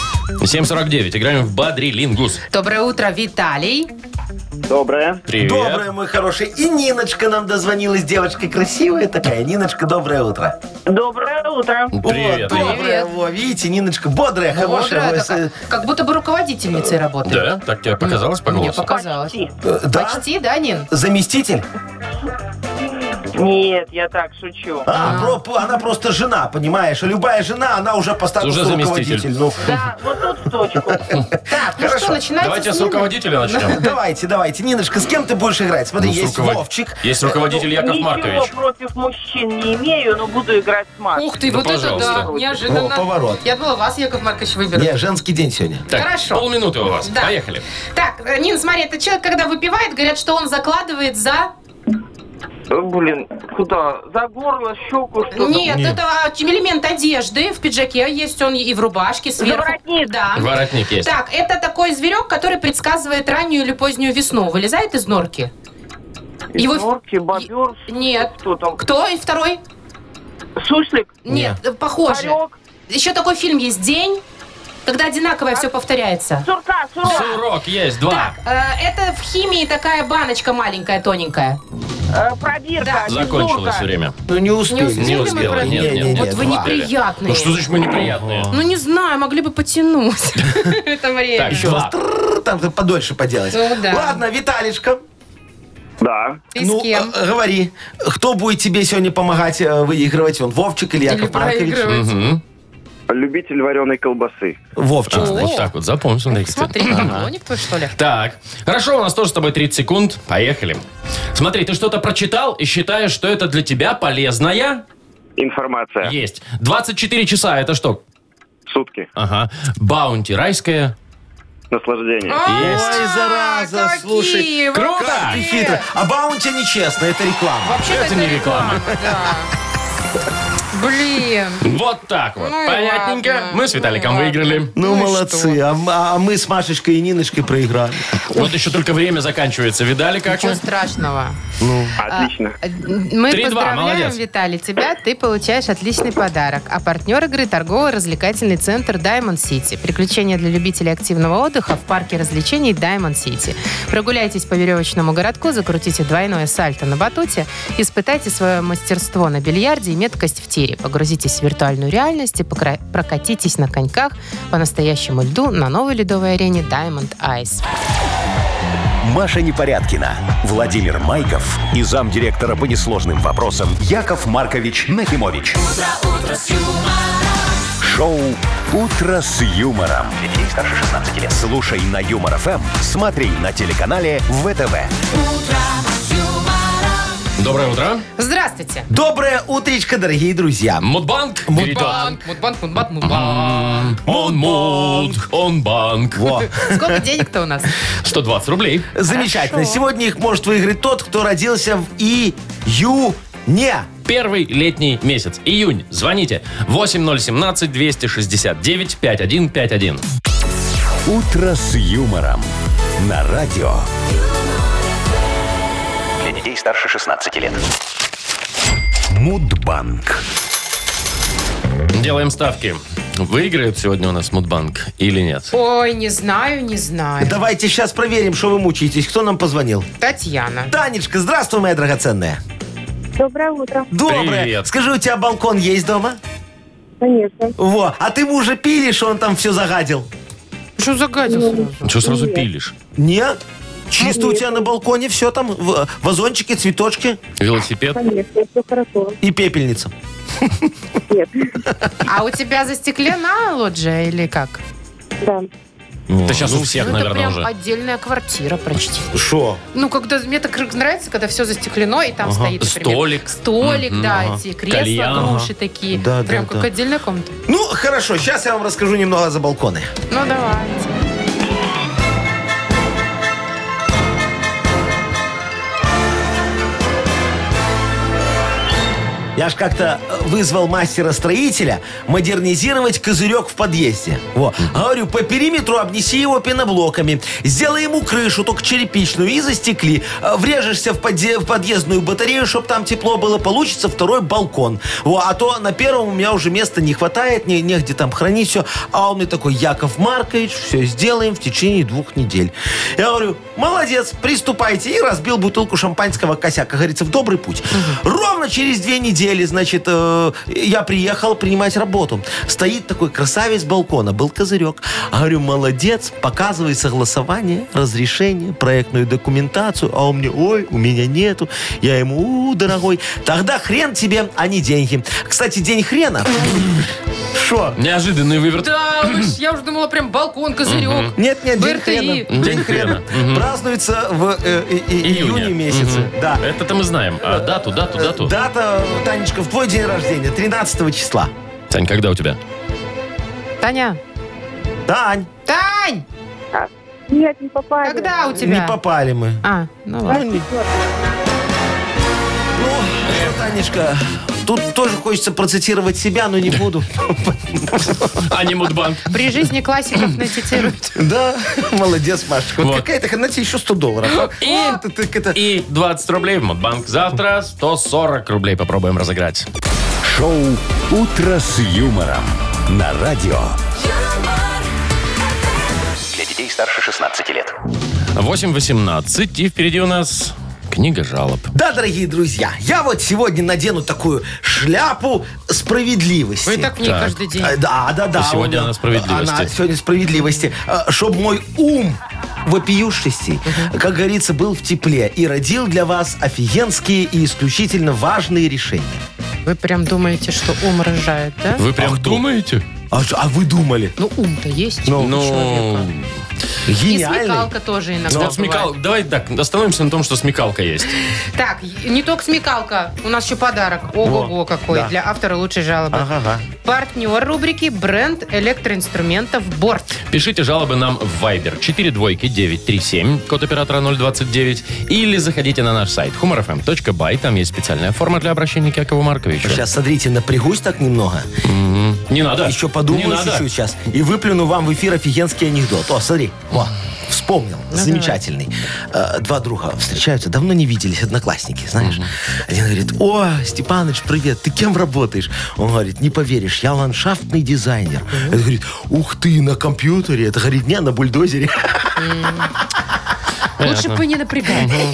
Speaker 2: 749. Играем в Бадрилингус.
Speaker 3: Доброе утро, Виталий.
Speaker 5: Доброе.
Speaker 2: Привет.
Speaker 4: Доброе, мой хороший. И Ниночка нам дозвонилась. Девочка красивая такая. Ниночка, доброе утро.
Speaker 7: Доброе утро.
Speaker 2: Привет.
Speaker 4: Вот, доброе.
Speaker 3: Привет.
Speaker 4: Во, видите, Ниночка бодрая, хорошая.
Speaker 3: Бодрая
Speaker 4: Э,
Speaker 3: такая. Как будто бы руководительницей работает.
Speaker 2: Да, так тебе показалось по
Speaker 3: Мне
Speaker 2: голосу?
Speaker 3: показалось.
Speaker 4: э, Да?
Speaker 3: Почти, да, Нин?
Speaker 4: Заместитель?
Speaker 7: Нет, я так шучу.
Speaker 4: А, про- она просто жена, понимаешь? А Любая жена, она уже по статусу
Speaker 2: Уже заместитель.
Speaker 4: руководитель. Ну,
Speaker 7: Да, вот тут точку.
Speaker 3: Так, ну что, начинайте
Speaker 2: Давайте
Speaker 3: с
Speaker 2: с
Speaker 3: Нины.
Speaker 2: руководителя начнем.
Speaker 4: Давайте, давайте. Ниночка, с кем ты будешь играть? Смотри,
Speaker 2: Ну, с
Speaker 4: есть
Speaker 2: руковод-
Speaker 4: Вовчик.
Speaker 2: Есть
Speaker 5: Э,
Speaker 2: руководитель Яков
Speaker 7: Ничего
Speaker 2: Маркович.
Speaker 7: против мужчин не имею, но буду играть с Машей.
Speaker 3: Ух ты,
Speaker 2: Да
Speaker 3: вот это да,
Speaker 2: пожалуйста.
Speaker 3: неожиданно.
Speaker 4: О, поворот.
Speaker 3: Я думала, вас, Яков Маркович, выберут.
Speaker 4: Не, женский день сегодня.
Speaker 2: Так,
Speaker 3: Хорошо.
Speaker 2: полминуты у вас.
Speaker 3: Да.
Speaker 2: Поехали.
Speaker 3: Так, э, Нин, смотри, этот человек, когда выпивает, говорят, что он закладывает за...
Speaker 7: Э, Блин, куда? За горло, щеку,
Speaker 2: Ну,
Speaker 7: что то
Speaker 3: Нет, это а, элемент одежды в пиджаке, есть он и в рубашке сверху.
Speaker 7: Воротник.
Speaker 3: Да.
Speaker 2: Воротник есть.
Speaker 3: Так, это такой зверек, который предсказывает раннюю или позднюю весну. Вылезает из норки? Его-
Speaker 7: Норки, бобер.
Speaker 3: Нет.
Speaker 7: Что там?
Speaker 3: Кто? И второй?
Speaker 7: Суслик?
Speaker 3: Нет, э, похоже.
Speaker 7: Орек?
Speaker 3: Еще такой фильм есть «День», когда одинаковое все повторяется.
Speaker 7: Сурка,
Speaker 3: ну
Speaker 7: сурок.
Speaker 2: Сурок есть, два.
Speaker 3: Э, Это в химии такая баночка маленькая, тоненькая.
Speaker 7: Э, Пробирка.
Speaker 2: Закончилось
Speaker 7: дежурка.
Speaker 2: время.
Speaker 4: Ну, не
Speaker 3: Не
Speaker 4: успели.
Speaker 3: успели
Speaker 2: Не
Speaker 3: мы
Speaker 2: успела,
Speaker 3: про-
Speaker 2: нет, нет,
Speaker 3: Вот
Speaker 2: нет,
Speaker 3: вы
Speaker 4: два.
Speaker 3: неприятные.
Speaker 2: Ну что значит мы неприятные?
Speaker 3: Ну, не знаю, могли бы потянуть это время.
Speaker 2: Так, два.
Speaker 4: Трррр, Там Ну, подольше поделать.
Speaker 3: Ну, да.
Speaker 4: Ладно, Виталичка.
Speaker 5: Да.
Speaker 3: Ты
Speaker 4: ну,
Speaker 3: с
Speaker 2: а,
Speaker 3: кем?
Speaker 4: э, говори, кто будет тебе сегодня помогать э, выигрывать? Он Вовчик или
Speaker 3: Или
Speaker 4: Яков Маркович?
Speaker 3: проигрывать?
Speaker 2: Мгм.
Speaker 5: Любитель вареной колбасы.
Speaker 4: Вовчик.
Speaker 3: О,
Speaker 2: Вот так вот, запомнил. смотри, кстати.
Speaker 3: Смотри, поклонник твой, что ли?
Speaker 2: Так, хорошо, у нас тоже с тобой 30 секунд. Поехали. Смотри, ты что-то прочитал и считаешь, что это для тебя полезное?
Speaker 5: Информация.
Speaker 2: Есть. 24 часа, это что?
Speaker 5: Сутки.
Speaker 2: Ага. Баунти райское.
Speaker 5: Наслаждение.
Speaker 3: А?
Speaker 2: Есть.
Speaker 4: Ой, зараза,
Speaker 3: какие
Speaker 4: слушай.
Speaker 3: вы
Speaker 2: круто!
Speaker 4: Как ты
Speaker 3: молодцы.
Speaker 4: хитро. А баунти нечестно, это реклама.
Speaker 3: Вообще-то
Speaker 2: Это не реклама.
Speaker 3: да. Блин.
Speaker 2: Вот так вот.
Speaker 3: Ну и
Speaker 2: Понятненько.
Speaker 3: ладно.
Speaker 2: Мы с Виталиком
Speaker 3: Ну и
Speaker 2: выиграли.
Speaker 4: Ну,
Speaker 3: и
Speaker 4: молодцы. А, м- а мы с Машечкой и Ниночкой проиграли.
Speaker 2: Вот еще только время заканчивается. Видали, как
Speaker 3: Ничего
Speaker 2: мы?
Speaker 3: страшного.
Speaker 5: Отлично.
Speaker 3: Мы
Speaker 2: 3-2,
Speaker 3: поздравляем,
Speaker 2: молодец.
Speaker 3: Виталий, тебя. Ты получаешь отличный подарок. А партнер игры – торгово-развлекательный центр Diamond City. Приключения для любителей активного отдыха в парке развлечений Diamond City. Прогуляйтесь по веревочному городку, закрутите двойное сальто на батуте, испытайте свое мастерство на бильярде и меткость в тире. Погрузитесь в виртуальную реальность и покра- прокатитесь на коньках по настоящему льду на новой ледовой арене Diamond Ice.
Speaker 1: Маша Непорядкина, Владимир Майков и замдиректора по несложным вопросам Яков Маркович Нахимович. Шоу Утро с юмором. Детей старше 16 лет. Слушай на юмор ФМ, смотри на телеканале ВТВ.
Speaker 2: Доброе утро.
Speaker 3: Здравствуйте.
Speaker 4: Доброе утречко, дорогие друзья.
Speaker 2: Мудбанк.
Speaker 4: Мудбанк.
Speaker 2: Мудбанк.
Speaker 3: Мудбанк, мудбанк, мудбанк.
Speaker 2: Он муд. Он банк.
Speaker 4: Во.
Speaker 3: Сколько денег-то у нас?
Speaker 2: 120 рублей.
Speaker 4: Замечательно. Сегодня их может выиграть тот, кто родился в июне.
Speaker 2: Первый летний месяц. Июнь. Звоните. 8017-269-5151.
Speaker 1: Утро с юмором. На радио.
Speaker 6: Для детей старше 16 лет.
Speaker 1: Мудбанк.
Speaker 2: Делаем ставки. Выиграет сегодня у нас Мудбанк или нет?
Speaker 3: Ой, не знаю, не знаю.
Speaker 4: Давайте сейчас проверим, что вы мучаетесь. Кто нам позвонил?
Speaker 3: Татьяна.
Speaker 4: Танечка, здравствуй, моя драгоценная.
Speaker 8: Доброе утро.
Speaker 4: Доброе.
Speaker 2: Привет.
Speaker 4: Скажи, у тебя балкон есть дома?
Speaker 8: Конечно.
Speaker 4: Во. А ты мужа пилишь, он там все загадил?
Speaker 3: Что загадил
Speaker 4: Ну.
Speaker 3: сразу?
Speaker 2: Чего сразу пилишь?
Speaker 4: Нет? Чисто у тебя на балконе все там, в- э, вазончики, цветочки
Speaker 2: Велосипед?
Speaker 8: Конечно, все хорошо.
Speaker 4: и пепельница.
Speaker 8: Нет,
Speaker 3: А у тебя застеклена лоджия или как?
Speaker 8: да.
Speaker 2: Это сейчас у всех,
Speaker 3: ну, это
Speaker 2: наверное,
Speaker 3: прям
Speaker 2: уже.
Speaker 3: отдельная квартира почти.
Speaker 4: Шо?
Speaker 3: Ну, когда мне так нравится, когда все застеклено, и там
Speaker 2: Ага.
Speaker 3: стоит, например,
Speaker 2: Столик.
Speaker 3: Столик,
Speaker 2: Мгм,
Speaker 3: да,
Speaker 2: ага.
Speaker 3: эти кресла,
Speaker 2: Кальян.
Speaker 3: груши такие.
Speaker 4: Да,
Speaker 3: Прям
Speaker 4: да,
Speaker 3: как
Speaker 4: да.
Speaker 3: отдельная комната.
Speaker 4: Ну, хорошо, сейчас я вам расскажу немного за балконы.
Speaker 3: Ну, давайте.
Speaker 4: Я ж как-то э, вызвал мастера-строителя модернизировать козырек в подъезде. Во. Говорю, по периметру обнеси его пеноблоками. Сделай ему крышу, только черепичную, и застекли. Э, Врежешься в, подъе- в подъездную батарею, чтобы там тепло было. Получится второй балкон. Во. А то на первом у меня уже места не хватает, не, негде там хранить все. А он мне такой, Яков Маркович, все сделаем в течение двух недель. Я говорю, молодец, приступайте. И разбил бутылку шампанского косяка. Говорится, в добрый путь. Ровно через две недели неделе, значит, э, я приехал принимать работу. Стоит такой красавец с балкона, был козырек. А Говорю, молодец, показывай согласование, разрешение, проектную документацию. А он мне, ой, у меня нету. Я ему, у, дорогой, тогда хрен тебе, а не деньги. Кстати, день хрена. Шо?
Speaker 2: Неожиданный выверт.
Speaker 3: Да, вы ж- я уже думала, прям балкон, козырек.
Speaker 4: Нет, нет, день
Speaker 3: БРТИ.
Speaker 4: хрена.
Speaker 2: День хрена. Мгм.
Speaker 4: Празднуется в э, и- и-
Speaker 2: Июня.
Speaker 4: июне месяце.
Speaker 2: Мгм.
Speaker 4: Да.
Speaker 2: Это-то мы знаем. А дату, дату, дату.
Speaker 4: Э, Дата, Танечка, в твой день рождения, 13 числа.
Speaker 2: Тань, когда у тебя?
Speaker 3: Таня,
Speaker 4: Тань,
Speaker 3: Тань,
Speaker 8: Нет, не попали.
Speaker 3: когда у
Speaker 4: не
Speaker 3: тебя?
Speaker 4: попали мы.
Speaker 3: А, ну ладно.
Speaker 4: Ну, что, Ну, Танечка, тут тоже хочется процитировать себя, но не буду.
Speaker 2: А не Мудбанк.
Speaker 3: При жизни классиков нацитируют.
Speaker 4: Да, молодец, Машечка. Вот
Speaker 2: Вот.
Speaker 4: какая-то хрена тебе еще 100 долларов.
Speaker 2: И-
Speaker 4: а? Вот это- это-
Speaker 2: И 20 рублей в Мудбанк. Завтра 140 рублей попробуем разыграть.
Speaker 1: Шоу «Утро с юмором» на радио.
Speaker 6: Для детей старше 16 лет.
Speaker 2: 8.18. И впереди у нас книга жалоб.
Speaker 4: Да, дорогие друзья, я вот сегодня надену такую шляпу справедливости.
Speaker 3: Вы и так в ней
Speaker 2: Так.
Speaker 3: каждый день.
Speaker 4: Э, Да, да, да.
Speaker 2: сегодня
Speaker 4: у меня-
Speaker 2: она справедливости.
Speaker 4: Она сегодня справедливости. Чтобы мой ум вопиюшести, как говорится, был в тепле и родил для вас офигенские и исключительно важные решения.
Speaker 3: Вы прям думаете, что ум рожает, да?
Speaker 2: Вы прям
Speaker 4: А кто?
Speaker 2: думаете?
Speaker 4: А, ж- а вы думали?
Speaker 3: Ну, ум-то есть.
Speaker 4: Ну,
Speaker 3: у человека. И
Speaker 4: Гениальный. Ну,
Speaker 3: смекалка тоже иногда
Speaker 2: Вот
Speaker 3: бывает.
Speaker 2: смекал... Давай так, остановимся на том, что смекалка есть.
Speaker 3: Так, и- не только смекалка. У нас еще подарок. Ого-го какой.
Speaker 4: да.
Speaker 3: Для автора лучшей жалобы.
Speaker 4: Ага,
Speaker 3: Партнер рубрики «Бренд электроинструментов Борт».
Speaker 2: Пишите жалобы нам в Viber 42937, код оператора 029, или заходите на наш сайт humorfm.by, там есть специальная форма для обращения к Якову Марковичу.
Speaker 4: Сейчас, смотрите, напрягусь так немного.
Speaker 2: Не надо.
Speaker 4: Еще подумаю
Speaker 2: Не надо.
Speaker 4: чуть-чуть сейчас. И выплюну вам в эфир офигенский анекдот. О, смотри. О, вспомнил. Замечательный. Э, Два друга встречаются, давно не виделись, одноклассники, знаешь. Один говорит, о, Степаныч, привет, ты кем работаешь? Он говорит, не поверишь, я ландшафтный дизайнер. Это говорит, ух ты, на компьютере. Это говорит, не, на бульдозере.
Speaker 3: Лучше бы не напрягать.
Speaker 4: Ну,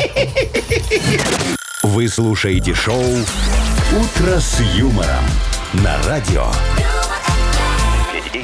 Speaker 3: Ну,
Speaker 1: Вы слушаете шоу «Утро с юмором» на радио.
Speaker 6: Для детей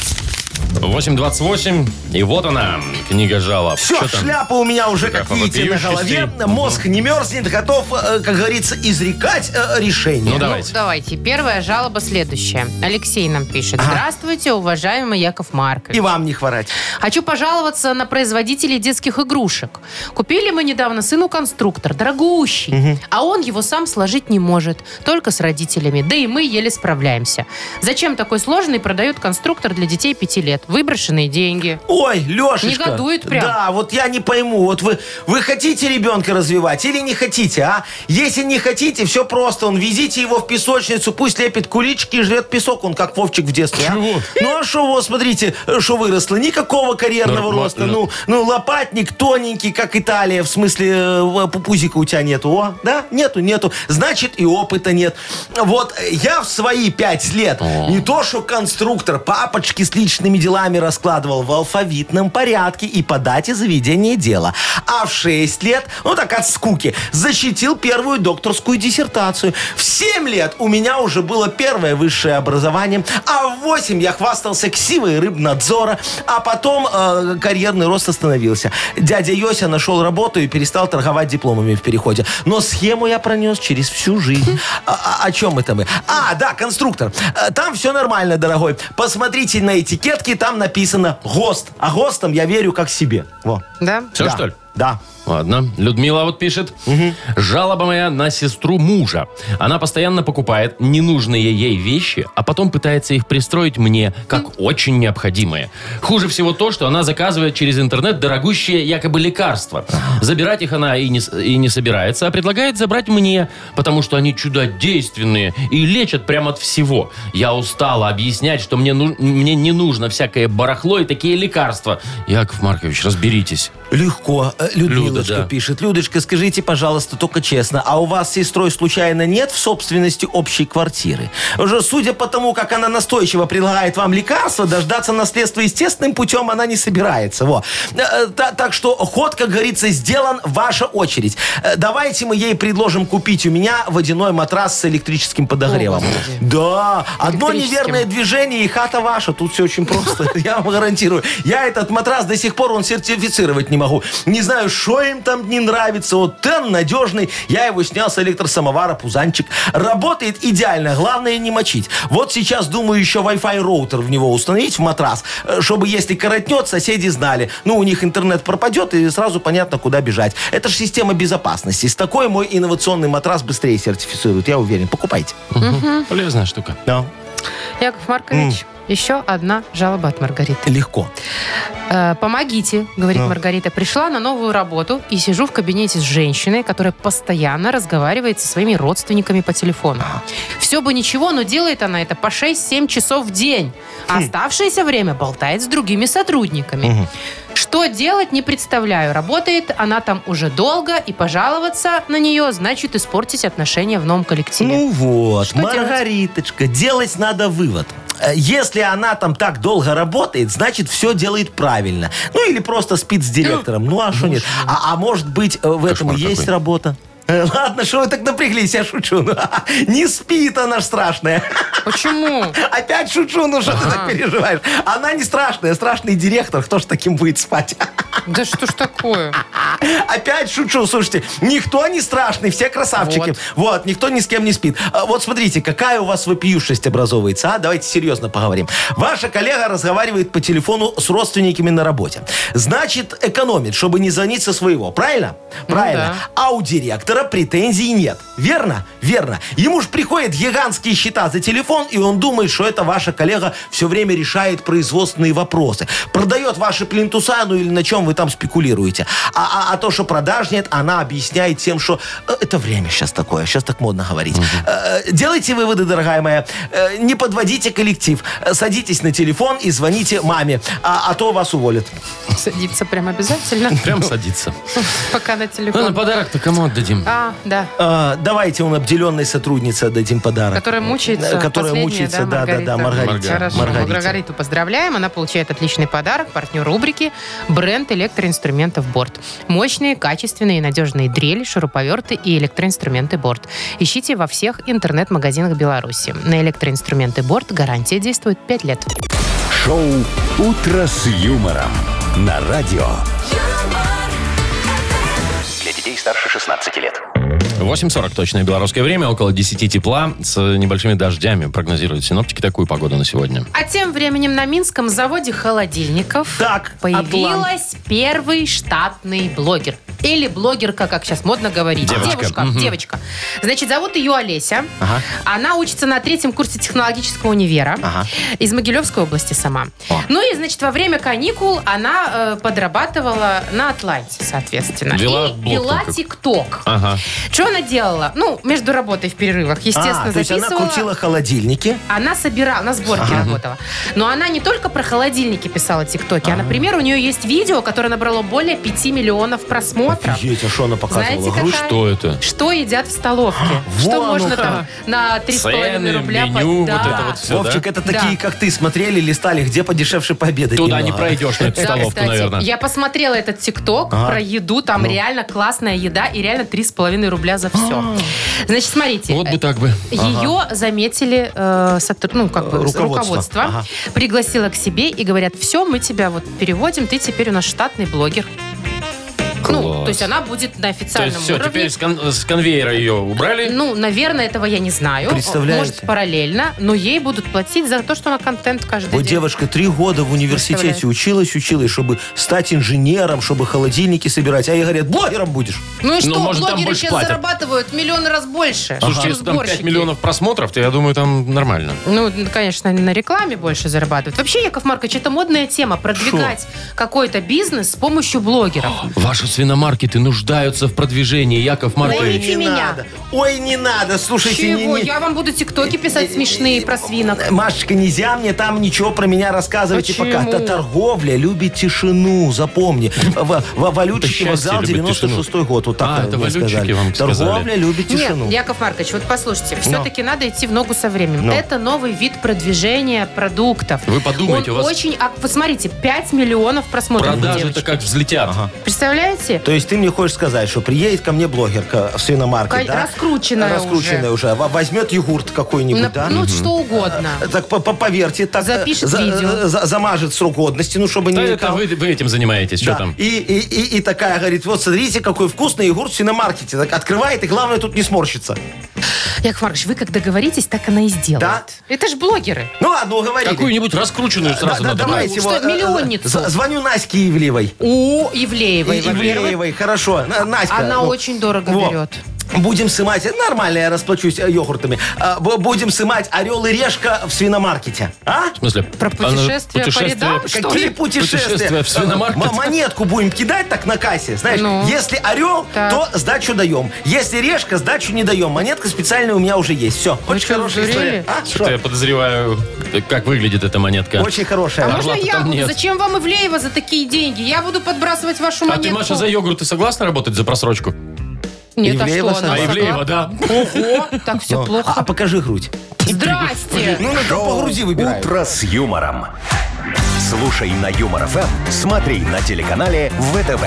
Speaker 2: 8.28, и вот она, книга жалоб.
Speaker 4: Все,
Speaker 2: Чё там?
Speaker 4: шляпа у меня уже, как
Speaker 2: Шляпа
Speaker 4: видите, на голове.
Speaker 2: вопиющести.
Speaker 4: Мозг не мерзнет, готов, э, как говорится, изрекать э, решение.
Speaker 2: Ну, давайте.
Speaker 3: Давайте. Первая жалоба следующая. Алексей нам пишет. Здравствуйте, уважаемый Яков Маркович.
Speaker 4: И вам не хворать.
Speaker 3: Хочу пожаловаться на производителей детских игрушек. Купили мы недавно сыну конструктор, дорогущий, а он его сам сложить не может, только с родителями. Да и мы еле справляемся. Зачем такой сложный продают конструктор для детей пяти лет? Выброшенные деньги.
Speaker 4: Ой, Лешечка.
Speaker 3: Негодует прям.
Speaker 4: Да, вот я не пойму. Вот вы, вы хотите ребенка развивать или не хотите, а? Если не хотите, все просто. Он везите его в песочницу, пусть лепит кулички и жрет песок. Он как Вовчик в детстве. а?
Speaker 2: Чего?
Speaker 4: Ну а что, вот смотрите, что выросло? Никакого карьерного
Speaker 2: Нормально.
Speaker 4: роста. Ну, ну, лопатник тоненький, как Италия. В смысле, э, пупузика у тебя нету. О, да? Нету, нету. Значит, и опыта нет. Вот э, я в свои пять лет не то, что конструктор, папочки с личными делами раскладывал в алфавитном порядке и по дате заведения дела. А в шесть лет, ну так от скуки, защитил первую докторскую диссертацию. В семь лет у меня уже было первое высшее образование, а в восемь я хвастался ксивой рыбнадзора, а потом э, карьерный рост остановился. Дядя Йося нашел работу и перестал торговать дипломами в переходе. Но схему я пронес через всю жизнь. А- а- о чем это мы? А, да, конструктор. Э, Там все нормально, дорогой. Посмотрите на этикетки, там написано ГОСТ. А ГОСТом я верю как себе. Во.
Speaker 3: Да?
Speaker 2: Все,
Speaker 4: Да.
Speaker 2: Ну что ли?
Speaker 4: Да.
Speaker 2: Ладно. Людмила вот пишет. Жалоба моя на сестру мужа. Она постоянно покупает ненужные ей вещи, а потом пытается их пристроить мне, как очень необходимые. Хуже всего то, что она заказывает через интернет дорогущие якобы лекарства. Забирать их она и не, с- и не собирается, а предлагает забрать мне, потому что они чудодейственные и лечат прямо от всего. Я устала объяснять, что мне, ну- мне не нужно всякое барахло и такие лекарства. Яков Маркович, разберитесь.
Speaker 4: Легко. э, Людмилочка
Speaker 2: Люда, да.
Speaker 4: пишет. Людочка, скажите, пожалуйста, только честно, а у вас с сестрой случайно нет в собственности общей квартиры? Уже судя по тому, как она настойчиво предлагает вам лекарства, дождаться наследства естественным путем она не собирается. Во. Э, э, та- так что ход, как говорится, сделан, ваша очередь. Э, давайте мы ей предложим купить у меня водяной матрас с электрическим подогревом. да, одно
Speaker 3: Электрическим.
Speaker 4: неверное движение и хата ваша. Тут все очень просто, я вам гарантирую. Я этот матрас до сих пор он сертифицировать не могу. Не знаю, что им там не нравится. Вот тен надежный. Я его снял с электросамовара, пузанчик. Работает идеально. Главное не мочить. Вот сейчас думаю еще Wi-Fi роутер в него установить, в матрас, э, чтобы если коротнет, соседи знали. Ну, у них интернет пропадет и сразу понятно, куда бежать. Это же система безопасности. С такой мой инновационный матрас быстрее сертифицируют, я уверен. Покупайте.
Speaker 2: Полезная штука.
Speaker 4: Да.
Speaker 3: Яков Маркович, еще одна жалоба от Маргариты.
Speaker 4: Легко.
Speaker 3: Э, Помогите, говорит
Speaker 4: Ну.
Speaker 3: Маргарита. Пришла на новую работу и сижу в кабинете с женщиной, которая постоянно разговаривает со своими родственниками по телефону. Все бы ничего, но делает она это по 6-7 часов в день. А
Speaker 4: Хм.
Speaker 3: оставшееся время болтает с другими сотрудниками. Что делать, не представляю. Работает она там уже долго, и пожаловаться на нее значит испортить отношения в новом коллективе.
Speaker 4: Ну вот,
Speaker 3: Что делать?
Speaker 4: Маргариточка, делать? надо вывод. Э, Если она там так долго работает, значит, все делает правильно. Ну, или просто спит с директором. Ну, а что нет? А, а может быть, э, в этом и
Speaker 2: Кошмар
Speaker 4: есть
Speaker 2: какой.
Speaker 4: работа? Э, Ладно, что вы так напряглись, я шучу. Ну, Не спит она ж страшная.
Speaker 3: Почему?
Speaker 4: Опять шучу, ну что ты так переживаешь? Она не страшная, страшный директор. Кто ж таким будет спать?
Speaker 3: Да что ж такое?
Speaker 4: Опять шучу, слушайте. Никто не страшный, все красавчики. Вот. никто ни с кем не спит. А Вот смотрите, какая у вас вопиюшесть образовывается, а? Давайте серьезно поговорим. Ваша коллега разговаривает по телефону с родственниками на работе. Значит, экономит, чтобы не звонить со своего, правильно? Правильно. А у директора претензий нет. Верно? Верно. Ему же приходят гигантские счета за телефон, и он думает, что это ваша коллега все время решает производственные вопросы. Продает ваши плинтуса, ну или на чем вы там спекулируете. А, а- а то, что продаж нет, она объясняет тем, что «Э, это время сейчас такое, сейчас так модно говорить. Э, э, Делайте выводы, дорогая моя. Э, Не подводите коллектив. Э, Садитесь на телефон и звоните маме, а, а то вас уволят.
Speaker 3: Садиться прям обязательно,
Speaker 2: Прям садится.
Speaker 3: пока Ну, на
Speaker 2: Ладно,
Speaker 3: телефон.
Speaker 2: подарок-то кому отдадим?
Speaker 3: А, да.
Speaker 4: Э, Давайте он обделенной сотруднице дадим подарок.
Speaker 3: Которая мучается.
Speaker 4: Э, Которая
Speaker 3: последняя,
Speaker 4: мучается, да, да,
Speaker 3: Маргарита?
Speaker 4: да, Маргарита.
Speaker 2: Маргарита.
Speaker 3: Хорошо,
Speaker 4: Маргарита.
Speaker 3: Маргариту поздравляем. Она получает отличный подарок. Партнер рубрики «Бренд электроинструментов Борт». Мощные, качественные и надежные дрели, шуруповерты и электроинструменты Борт. Ищите во всех интернет-магазинах Беларуси. На электроинструменты Борт гарантия действует 5 лет.
Speaker 1: Шоу «Утро с юмором» на радио.
Speaker 6: Для детей старше 16 лет.
Speaker 2: 8.40 точное белорусское время, около 10 тепла с э, небольшими дождями. Прогнозируют синоптики такую погоду на сегодня.
Speaker 3: А тем временем на Минском заводе холодильников
Speaker 4: Так,
Speaker 3: появилась первый штатный блогер. Или блогерка, как сейчас модно говорить.
Speaker 2: Девочка.
Speaker 3: Девушка,
Speaker 2: Мгм.
Speaker 3: девочка. Значит, зовут ее Олеся.
Speaker 4: Ага.
Speaker 3: Она учится на третьем курсе технологического универа.
Speaker 4: Ага.
Speaker 3: Из Могилевской области сама.
Speaker 2: О.
Speaker 3: Ну и, значит, во время каникул она э, подрабатывала на Атланте, соответственно.
Speaker 2: Вела
Speaker 3: и
Speaker 2: блог
Speaker 3: вела
Speaker 2: там как-
Speaker 3: ТикТок.
Speaker 2: Ага.
Speaker 3: Что она делала? Ну, между работой в перерывах, естественно,
Speaker 4: а, то есть она
Speaker 3: записывала.
Speaker 4: крутила холодильники.
Speaker 3: Она собирала, на сборке работала. Но она не только про холодильники писала тиктоки, а, например, у нее есть видео, которое набрало более 5 миллионов просмотров.
Speaker 4: Офигеть, а что она показывала?
Speaker 3: Знаете,
Speaker 4: Грудь?
Speaker 3: какая?
Speaker 2: Что это?
Speaker 3: Что едят в столовке?
Speaker 4: Вон
Speaker 3: Что
Speaker 4: оно
Speaker 3: можно
Speaker 4: как.
Speaker 3: там на 3,5
Speaker 2: Цены,
Speaker 3: рубля под-
Speaker 2: меню,
Speaker 3: Да.
Speaker 2: вот это вот все,
Speaker 4: Вовчик, это такие,
Speaker 3: Да.
Speaker 4: как ты, смотрели, листали, где подешевше пообедать
Speaker 2: Туда не
Speaker 4: немного.
Speaker 2: пройдешь на эту
Speaker 3: Да,
Speaker 2: столовку, Ну.
Speaker 3: кстати,
Speaker 2: наверное.
Speaker 3: я посмотрела этот тикток
Speaker 4: Ага.
Speaker 3: про еду, там реально классная еда и реально 3,5 рубля за все. Значит, смотрите.
Speaker 2: А. Вот бы так бы.
Speaker 3: Ее заметили э, сотруд- ну, как бы,
Speaker 4: Э,
Speaker 3: руководство,
Speaker 4: руководство. Ага.
Speaker 3: пригласило к себе и говорят, все, мы тебя вот переводим, ты теперь у нас штатный блогер. Ну,
Speaker 2: Класс.
Speaker 3: то есть она будет на
Speaker 2: То
Speaker 3: официальном
Speaker 2: есть все,
Speaker 3: уровне.
Speaker 2: теперь с, кон- с конвейера ее убрали.
Speaker 3: Ну, наверное, этого я не знаю.
Speaker 4: Представляете?
Speaker 3: Может, параллельно, но ей будут платить за то, что она контент каждый
Speaker 4: Вот
Speaker 3: день.
Speaker 4: девушка три года в университете
Speaker 3: Представляете?
Speaker 4: училась, училась, чтобы стать инженером, чтобы холодильники собирать. А ей говорят, блогером будешь.
Speaker 3: Ну и
Speaker 2: Ну,
Speaker 3: что,
Speaker 2: может, там
Speaker 3: блогеры
Speaker 2: больше
Speaker 3: сейчас
Speaker 2: платят.
Speaker 3: зарабатывают в миллион раз больше,
Speaker 2: Слушайте,
Speaker 3: чем
Speaker 2: если там 5
Speaker 3: сборщики.
Speaker 2: миллионов просмотров, то я думаю, там нормально.
Speaker 3: Ну, н- конечно, они на рекламе больше зарабатывают. Вообще, Яков Маркович, это модная тема. Продвигать какой-то бизнес с помощью блогеров.
Speaker 2: Ваша свиномаркеты нуждаются в продвижении, Яков Маркович.
Speaker 4: не
Speaker 3: Найдите меня.
Speaker 4: надо. Ой, не надо, слушайте. не-
Speaker 3: Чего?
Speaker 4: не-
Speaker 3: Я вам буду
Speaker 2: Э,
Speaker 3: тиктоки писать смешные про свинок.
Speaker 4: Машечка, нельзя мне там ничего про меня рассказывать и пока.
Speaker 3: Почему?
Speaker 4: Та торговля любит тишину, запомни. В, в валютчике
Speaker 2: счастье
Speaker 4: вокзал
Speaker 2: любит
Speaker 4: 96
Speaker 2: тишину.
Speaker 4: год. Вот так
Speaker 2: А,
Speaker 4: вот
Speaker 2: это
Speaker 4: мне
Speaker 2: валютчики
Speaker 4: сказали.
Speaker 2: вам сказали.
Speaker 4: Торговля любит тишину.
Speaker 3: Нет, Яков Маркович, вот послушайте, все-таки надо идти в ногу со временем. Это новый вид продвижения продуктов.
Speaker 2: Вы подумайте,
Speaker 3: Он
Speaker 2: у вас-
Speaker 3: очень... ак- Вот смотрите, 5 миллионов просмотров. у
Speaker 2: Продажи-то
Speaker 3: девочки.
Speaker 2: как взлетят.
Speaker 3: Представляете?
Speaker 4: То есть ты мне хочешь сказать, что приедет ко мне блогерка в свиномаркет,
Speaker 3: Кай-
Speaker 4: да?
Speaker 3: раскрученная
Speaker 4: Раскрученная уже. Во- Возьмет йогурт какой-нибудь,
Speaker 3: На-
Speaker 4: да?
Speaker 3: Ну, что угодно.
Speaker 4: Так по- по- поверьте, так э,
Speaker 3: Запишет видео.
Speaker 4: э, за- замажет срок годности, ну чтобы
Speaker 2: Да
Speaker 4: не
Speaker 2: это
Speaker 4: летал.
Speaker 2: вы, вы этим занимаетесь,
Speaker 4: Да.
Speaker 2: что там?
Speaker 4: И, и, и, и такая говорит, вот смотрите, какой вкусный йогурт в свиномаркете. Так открывает, и главное, тут не сморщится.
Speaker 3: Яков Маркович, вы как договоритесь, так она и сделает.
Speaker 4: Да.
Speaker 3: Это же блогеры.
Speaker 4: Ну ладно, уговорили.
Speaker 2: Какую-нибудь раскрученную
Speaker 4: Да,
Speaker 2: сразу
Speaker 4: да,
Speaker 2: надо брать.
Speaker 4: давайте
Speaker 3: Что,
Speaker 4: вот, э, э,
Speaker 3: миллионницу?
Speaker 4: з- Звоню Наське Ивлеевой.
Speaker 3: У Ивлеевой,
Speaker 4: И-
Speaker 3: во-первых.
Speaker 4: Ивлеевой, хорошо. На- Наська.
Speaker 3: Она
Speaker 4: ну,
Speaker 3: очень дорого
Speaker 4: во.
Speaker 3: берет.
Speaker 4: Будем сымать, нормально я расплачусь э, йогуртами. А, бу- Будем сымать орел и решка в свиномаркете. А?
Speaker 2: В смысле?
Speaker 3: Про путешествие по рядам, что
Speaker 4: Какие
Speaker 3: ли?
Speaker 4: путешествия? Э,
Speaker 2: Путешествия в свиномаркет?
Speaker 4: М- Монетку будем кидать так на кассе. Знаешь,
Speaker 3: Ну.
Speaker 4: если орел,
Speaker 3: Так.
Speaker 4: то сдачу даем. Если решка, сдачу не даем. Монетка специальная у меня уже есть. Все.
Speaker 3: Вы
Speaker 4: Очень
Speaker 3: что,
Speaker 4: хорошая история.
Speaker 3: сдурели?
Speaker 4: А? Что?
Speaker 2: Что-то я подозреваю, как выглядит эта монетка.
Speaker 4: Очень хорошая.
Speaker 3: А
Speaker 4: Маш.
Speaker 3: можно
Speaker 2: Орлата
Speaker 3: я
Speaker 2: там
Speaker 3: буду?
Speaker 2: нет.
Speaker 3: Зачем вам Ивлеева за такие деньги? Я буду подбрасывать вашу
Speaker 2: А
Speaker 3: монетку.
Speaker 2: ты, Маша, за йогурт ты согласна работать за просрочку?
Speaker 3: Нет, а
Speaker 4: Ивлеева
Speaker 3: что она?
Speaker 2: А
Speaker 4: согласна.
Speaker 2: Ивлеева, да.
Speaker 3: Ого, так все
Speaker 4: Ну,
Speaker 3: плохо.
Speaker 4: А, а покажи грудь.
Speaker 3: Здрасте!
Speaker 4: Ну, на по груди выбирай.
Speaker 1: Утро с юмором. Слушай на Юмор ФМ, смотри на телеканале ВТВ.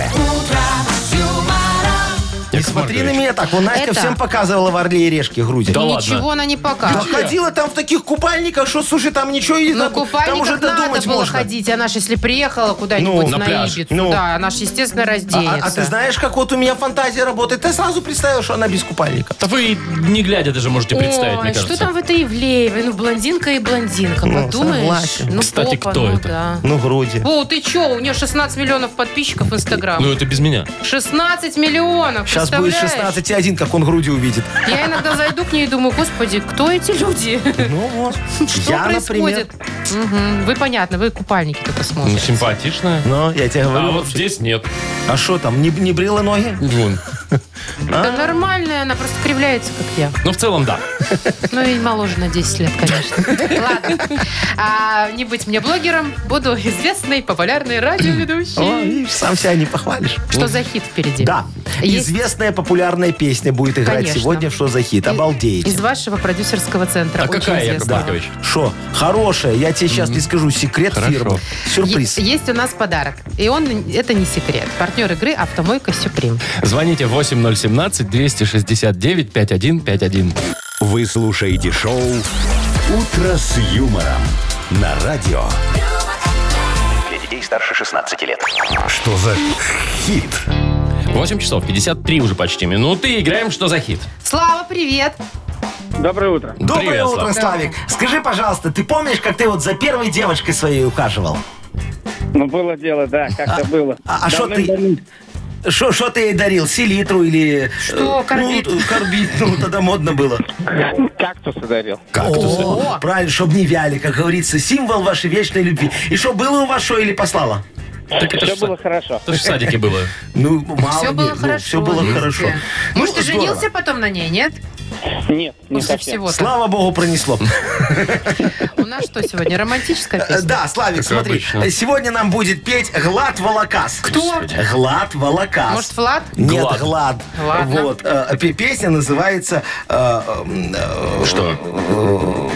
Speaker 4: Не
Speaker 2: Яков
Speaker 4: смотри на
Speaker 2: Маркович.
Speaker 4: меня так. Вон Настя
Speaker 3: Это-
Speaker 4: всем показывала в Орле и Решке груди.
Speaker 2: Да ладно.
Speaker 3: Ничего она не
Speaker 4: Да
Speaker 3: покажет.
Speaker 4: ходила там в таких купальниках, что, слушай, там ничего и
Speaker 3: На
Speaker 4: там- там уже
Speaker 3: Ну, купальниках надо
Speaker 4: додумать
Speaker 3: было
Speaker 4: можно.
Speaker 3: ходить. Она ж, если приехала куда-нибудь
Speaker 4: Ну,
Speaker 2: на
Speaker 3: на,
Speaker 2: пляж.
Speaker 3: Ибицу,
Speaker 4: Ну.
Speaker 3: да, она ж, естественно,
Speaker 4: А-
Speaker 3: разденется.
Speaker 4: А, а ты знаешь, как вот у меня фантазия работает? Ты сразу представил, что она без купальника.
Speaker 2: Да вы не глядя даже можете представить,
Speaker 3: Ой,
Speaker 2: мне
Speaker 3: что
Speaker 2: кажется.
Speaker 3: там в этой Ивлеевой? Ну, блондинка и блондинка,
Speaker 4: Ну,
Speaker 3: подумаешь.
Speaker 4: согласен.
Speaker 3: Ну,
Speaker 2: Кстати,
Speaker 3: попа,
Speaker 2: кто
Speaker 3: ну
Speaker 2: это?
Speaker 3: да.
Speaker 4: Ну, груди.
Speaker 3: О, ты чё, у нее 16 миллионов подписчиков в Инстаграм.
Speaker 2: Ну, это без меня.
Speaker 3: 16 миллионов,
Speaker 4: Сейчас будет
Speaker 3: представляешь?
Speaker 4: 16,1, как он груди увидит.
Speaker 3: Я иногда зайду к ней и думаю, господи, кто эти люди?
Speaker 4: Ну вот.
Speaker 3: Что
Speaker 4: Я, например...
Speaker 3: происходит? Мгм, Вы понятно, вы купальники только
Speaker 2: Ну,
Speaker 3: смотрите.
Speaker 2: симпатичная.
Speaker 4: Ну, я тебе
Speaker 2: А
Speaker 4: говорю.
Speaker 2: вот здесь нет.
Speaker 4: А что там, не, не брила ноги?
Speaker 2: Вон.
Speaker 3: Да нормальная, она просто кривляется, как я.
Speaker 2: Ну, в целом, да.
Speaker 3: Ну и моложе на 10 лет, конечно. Ладно. А, не быть мне блогером, буду известной, популярной
Speaker 4: О,
Speaker 3: радиоведущей.
Speaker 4: видишь, сам себя не похвалишь.
Speaker 3: Что за хит впереди?
Speaker 4: Да.
Speaker 3: Есть-
Speaker 4: Известная популярная песня будет играть
Speaker 3: Конечно.
Speaker 4: сегодня в «Что за хит?»
Speaker 3: Из
Speaker 4: Обалдеть.
Speaker 3: вашего продюсерского центра.
Speaker 2: А
Speaker 3: Очень
Speaker 2: какая, Яков
Speaker 3: известного.
Speaker 2: Маркович?
Speaker 4: Шо? Хорошая. Я тебе сейчас не скажу. Секрет
Speaker 2: Хорошо.
Speaker 4: фирмы. Сюрприз.
Speaker 3: Е- Есть у нас подарок. И он, это не секрет. Партнер игры «Автомойка Сюприм».
Speaker 2: Звоните 8017-269-5151.
Speaker 1: Вы слушаете шоу «Утро с юмором» на радио.
Speaker 6: Для детей старше 16 лет.
Speaker 1: Что за хит?
Speaker 2: 8 часов 53 уже почти минуты. Играем «Что за хит?».
Speaker 3: Слава, привет!
Speaker 5: Доброе утро.
Speaker 4: Доброе
Speaker 2: Привет,
Speaker 4: утро,
Speaker 2: Слав.
Speaker 4: Славик. Скажи, пожалуйста, ты помнишь, как ты вот за первой девочкой своей ухаживал?
Speaker 5: Ну, было дело, да, как-то было.
Speaker 4: а- а шо ты-
Speaker 5: Давным-давно.
Speaker 4: Что ты ей дарил? Селитру или...
Speaker 3: Что,
Speaker 4: э,
Speaker 3: корбит?
Speaker 4: Ну, э, корбит, ну, тогда модно было.
Speaker 5: Кактусы дарил.
Speaker 4: О, правильно, чтобы не вяли, как говорится, символ вашей вечной любви. И что, было у вас что или послала?
Speaker 2: Так это
Speaker 5: Все
Speaker 2: ж
Speaker 5: было
Speaker 2: са-
Speaker 5: хорошо.
Speaker 2: это ж в садике было.
Speaker 4: Ну, мало
Speaker 3: Все
Speaker 4: ли,
Speaker 3: было
Speaker 4: ну,
Speaker 3: хорошо.
Speaker 4: Все было
Speaker 3: видите.
Speaker 4: хорошо. Ну,
Speaker 3: Может, ты
Speaker 4: здорово.
Speaker 3: женился потом на ней, нет?
Speaker 5: Нет, не
Speaker 3: После
Speaker 5: совсем.
Speaker 3: всего.
Speaker 4: Слава богу, пронесло.
Speaker 3: У нас что сегодня, романтическая
Speaker 4: Э,
Speaker 3: песня?
Speaker 4: Да, Славик,
Speaker 2: Как
Speaker 4: смотри,
Speaker 2: обычно.
Speaker 4: э, сегодня нам будет петь Глад Волокас.
Speaker 3: Кто?
Speaker 4: Глад Волокас.
Speaker 3: Может, Влад?
Speaker 4: Нет,
Speaker 2: Глад.
Speaker 4: Глад.
Speaker 3: Ладно.
Speaker 4: Вот. э, пе- Песня называется... э, м, э,
Speaker 2: Что?